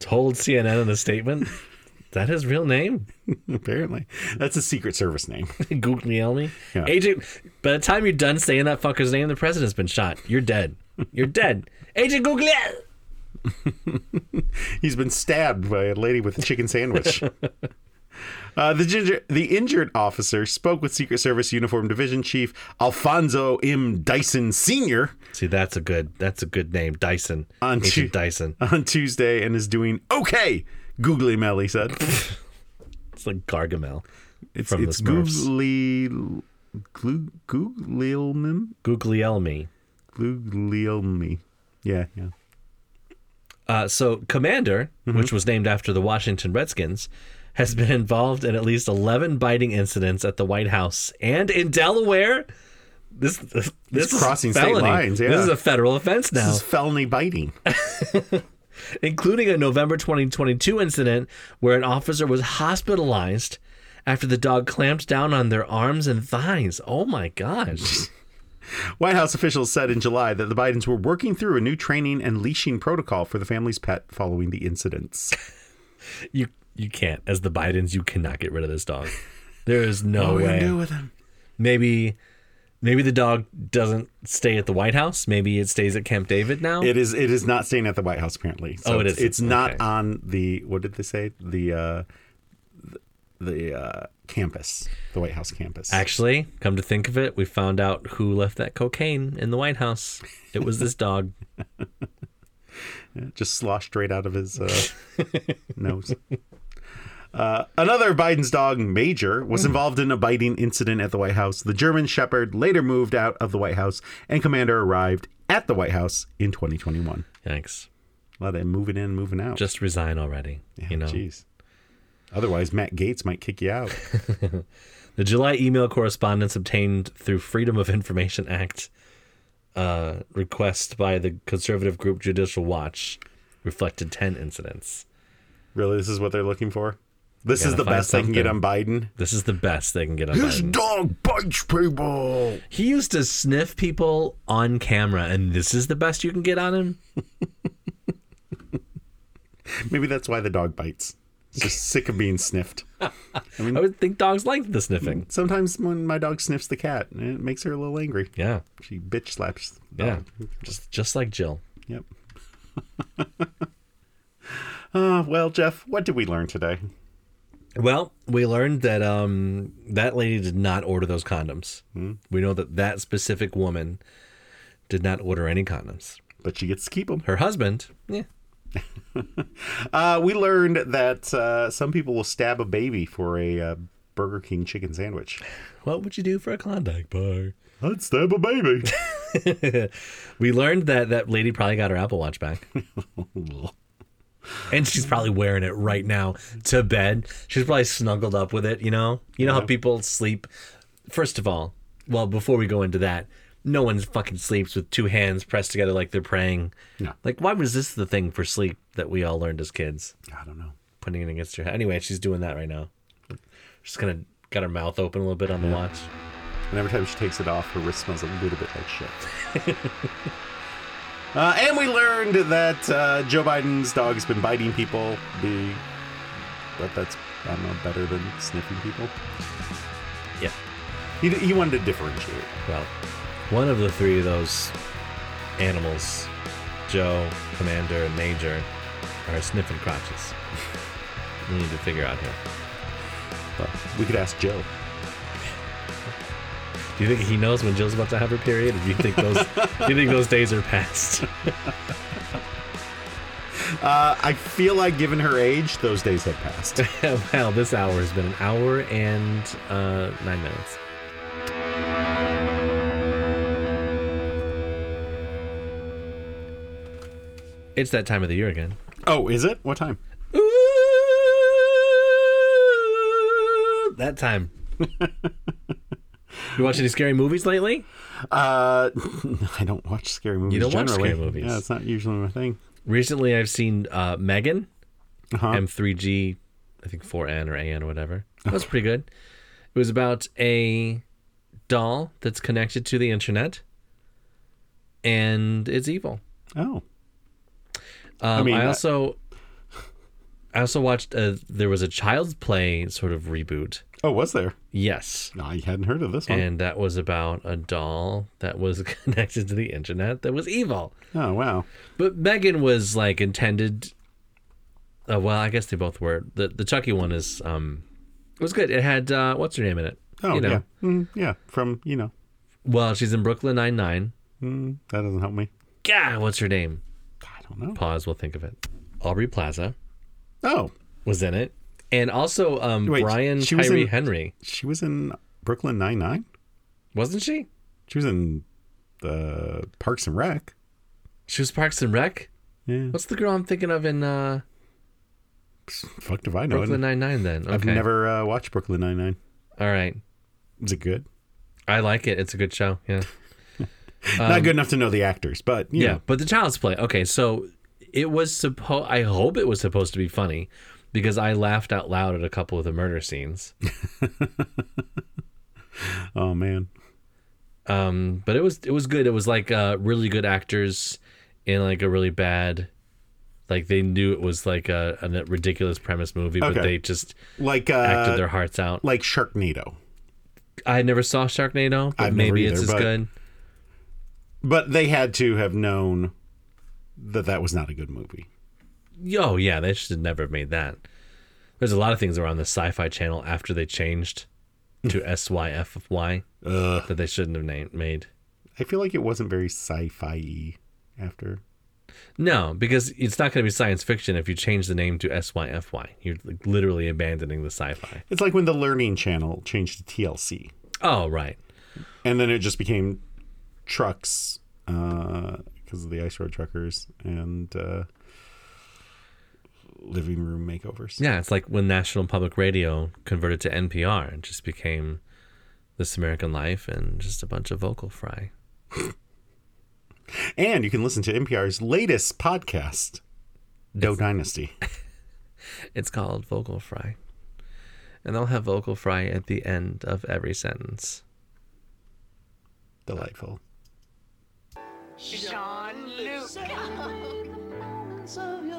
Speaker 1: told CNN in a statement. Is that his real name?
Speaker 2: Apparently, that's a Secret Service name.
Speaker 1: Guglielmi. Agent, by the time you're done saying that fucker's name, the president's been shot. You're dead. You're dead. Agent Guglielmi.
Speaker 2: He's been stabbed by a lady with a chicken sandwich. Uh, the, ginger, the injured officer spoke with Secret Service Uniform Division Chief Alfonso M. Dyson Sr.
Speaker 1: See, that's a good. That's a good name, Dyson.
Speaker 2: On
Speaker 1: Agent
Speaker 2: Tu-
Speaker 1: Dyson.
Speaker 2: on Tuesday and is doing okay. Googly Melly said.
Speaker 1: It's like Gargamel.
Speaker 2: It's
Speaker 1: From the
Speaker 2: it's
Speaker 1: Smurfs.
Speaker 2: googly glug googlilmim
Speaker 1: Guglielmi.
Speaker 2: googlilmi. Yeah, yeah.
Speaker 1: Uh, so Commander,
Speaker 2: Mm-hmm.
Speaker 1: which was named after the Washington Redskins, has been involved in at least 11 biting incidents at the White House and in Delaware. This this, is
Speaker 2: crossing state
Speaker 1: felony.
Speaker 2: lines, yeah.
Speaker 1: This is a federal offense now.
Speaker 2: This is felony biting.
Speaker 1: including a November 2022 incident where an officer was hospitalized after the dog clamped down on their arms and thighs. Oh my gosh.
Speaker 2: White House officials said in July that the Bidens were working through a new training and leashing protocol for the family's pet following the incidents.
Speaker 1: you you can't as the Bidens you cannot get rid of this dog. There is no
Speaker 2: What are we
Speaker 1: way.
Speaker 2: gonna do with him?
Speaker 1: Maybe maybe the dog doesn't stay at the White House. Maybe it stays at Camp David now.
Speaker 2: It is it is not staying at the White House apparently. So
Speaker 1: Oh, it
Speaker 2: it's,
Speaker 1: isn't.
Speaker 2: It's not
Speaker 1: Okay.
Speaker 2: on the what did they say? The uh the, the uh campus. The White House campus.
Speaker 1: Actually, come to think of it, we found out who left that cocaine in the White House. It was this dog.
Speaker 2: just sloshed straight out of his uh, nose. Uh, another of Biden's dog, Major,
Speaker 1: Hmm.
Speaker 2: was involved in a biting incident at the White House. The German Shepherd later moved out of the White House, and Commander arrived at the White House in 2021.
Speaker 1: Thanks.
Speaker 2: A lot of them moving in, moving out.
Speaker 1: Just resign already. you know.
Speaker 2: Jeez. Otherwise, Matt Gates might kick you out.
Speaker 1: The July email correspondence obtained through Freedom of Information Act uh, request by the conservative group Judicial Watch reflected 10 incidents.
Speaker 2: really, this is what they're looking for? This is
Speaker 1: Gotta
Speaker 2: the
Speaker 1: find
Speaker 2: best they can get on
Speaker 1: something.
Speaker 2: Biden?
Speaker 1: This is the best they can get on
Speaker 2: His
Speaker 1: Biden.
Speaker 2: dog bites people.
Speaker 1: he used to sniff people on camera, and this is the best you can get on him?
Speaker 2: Maybe that's why the dog bites. It's just sick of being sniffed.
Speaker 1: I would think dogs like the sniffing.
Speaker 2: sometimes when my dog sniffs the cat, eh, it makes her a little angry.
Speaker 1: Yeah,
Speaker 2: She bitch slaps. the
Speaker 1: yeah.
Speaker 2: dog.
Speaker 1: Just, just like Jill.
Speaker 2: Yep. uh, well, Jeff, what did we learn today?
Speaker 1: Well, we learned that um, that lady did not order those condoms. We know that that specific woman did not order any condoms.
Speaker 2: But she gets to keep them.
Speaker 1: Her husband, yeah,
Speaker 2: Uh, we learned that uh, some people will stab a baby for a uh, Burger King chicken sandwich.
Speaker 1: What would you do for a Klondike bar?
Speaker 2: I'd stab a baby.
Speaker 1: We learned that that lady probably got her Apple Watch back. and she's probably wearing it right now to bed. She's probably snuggled up with it, you know? You know how people sleep? First of all, well, before we go into that, no one fucking sleeps with two hands pressed together like they're praying.
Speaker 2: No.
Speaker 1: Like, why was this the thing for sleep that we all learned as kids?
Speaker 2: I don't know.
Speaker 1: Putting it against your head. Anyway, she's doing that right now. She's gonna got her mouth open a little bit on the watch.
Speaker 2: And every time she takes it off, her wrist smells a little bit like shit. uh, and we learned that uh, Joe Biden's dog has been biting people. The but that's I don't know better than sniffing people.
Speaker 1: Yeah.
Speaker 2: He, he wanted to differentiate.
Speaker 1: Well, one of the three of those animals, Joe, Commander, and Major, are sniffing crotches. we need to figure out here.
Speaker 2: But we could ask Joe.
Speaker 1: Do you think he knows when Jill's about to have her period? Or do you think those do you think those days are past?
Speaker 2: Uh, I feel like, given her age, those days have passed.
Speaker 1: well, this hour has been an hour and uh, nine minutes. It's that time of the year again.
Speaker 2: oh, is it? What time?
Speaker 1: Ooh, that time. you watch any scary movies lately?
Speaker 2: Uh, I don't watch scary movies.
Speaker 1: don't watch
Speaker 2: generally.
Speaker 1: scary movies.
Speaker 2: Yeah, it's not usually my thing.
Speaker 1: Recently, I've seen uh, Megan,
Speaker 2: Uh-huh.
Speaker 1: M3G, I think 4N or AN or whatever. That
Speaker 2: Oh.
Speaker 1: was pretty good. It was about a doll that's connected to the internet and it's evil.
Speaker 2: oh,
Speaker 1: Um, I,
Speaker 2: mean, I-
Speaker 1: also. I also watched. A, there was a Child's Play sort of reboot.
Speaker 2: oh, was there?
Speaker 1: Yes,
Speaker 2: No, I hadn't heard of this one.
Speaker 1: and that was about a doll that was connected to the internet that was evil.
Speaker 2: oh, wow.
Speaker 1: But Megan was like intended. Uh, well, I guess they both were. The the Chucky one is um, it was good. It had uh, what's her name in it?
Speaker 2: Oh,
Speaker 1: you know.
Speaker 2: yeah, Mm, yeah. From you know,
Speaker 1: Well, she's in Brooklyn Nine Nine.
Speaker 2: mm, that doesn't help me.
Speaker 1: God, what's her name?
Speaker 2: I don't know.
Speaker 1: Pause. We'll think of it. Aubrey Plaza
Speaker 2: Oh,
Speaker 1: was in it, and also um,
Speaker 2: Wait,
Speaker 1: Brian
Speaker 2: she was
Speaker 1: Tyree
Speaker 2: in-
Speaker 1: Henry,
Speaker 2: she was in Brooklyn Nine Nine.
Speaker 1: wasn't she?
Speaker 2: She was in the Parks and Rec.
Speaker 1: She was Parks and Rec.
Speaker 2: Yeah.
Speaker 1: What's the girl I'm thinking of in uh,
Speaker 2: Fuck if I know.
Speaker 1: Brooklyn Nine Nine? Then okay.
Speaker 2: I've never uh, watched Brooklyn Nine Nine.
Speaker 1: All right,
Speaker 2: Is it good?
Speaker 1: I like it. It's a good show. Yeah.
Speaker 2: Not good enough to know the actors, but you
Speaker 1: Um, Yeah,
Speaker 2: know.
Speaker 1: but the child's play. Okay, so it was supposed. I hope it was supposed to be funny, because I laughed out loud at a couple of the murder scenes.
Speaker 2: Oh man.
Speaker 1: Um,
Speaker 2: Mm.
Speaker 1: but it was it was good. It was like uh, really good actors in like a really bad, like they knew it was like a, a ridiculous premise movie, but
Speaker 2: Okay.
Speaker 1: they just
Speaker 2: Like uh,
Speaker 1: acted their hearts out.
Speaker 2: like Sharknado.
Speaker 1: I never saw Sharknado, but
Speaker 2: I've never
Speaker 1: maybe it's
Speaker 2: either,
Speaker 1: as
Speaker 2: but-
Speaker 1: good.
Speaker 2: But they had to have known that that was not a good movie.
Speaker 1: Yo, yeah, they should never have made that. There's a lot of things that were on the Sci-Fi Channel after they changed to SYFY that they shouldn't have named made.
Speaker 2: I feel like it wasn't very sci-fi after.
Speaker 1: No, because it's not going to be science fiction if you change the name to SYFY. You're like, literally abandoning the sci-fi.
Speaker 2: It's like when the Learning Channel changed to TLC,
Speaker 1: Oh, right.
Speaker 2: and then it just became trucks because of the Ice Road Truckers and uh, living room makeovers.
Speaker 1: Yeah, it's like when National Public Radio converted to NPR and just became This American Life and just a bunch of vocal fry.
Speaker 2: And you can listen to NPR's latest podcast, Doe Dynasty.
Speaker 1: It's called vocal fry. And they'll have vocal fry at the end of every sentence.
Speaker 2: Delightful.
Speaker 6: Jean Luc.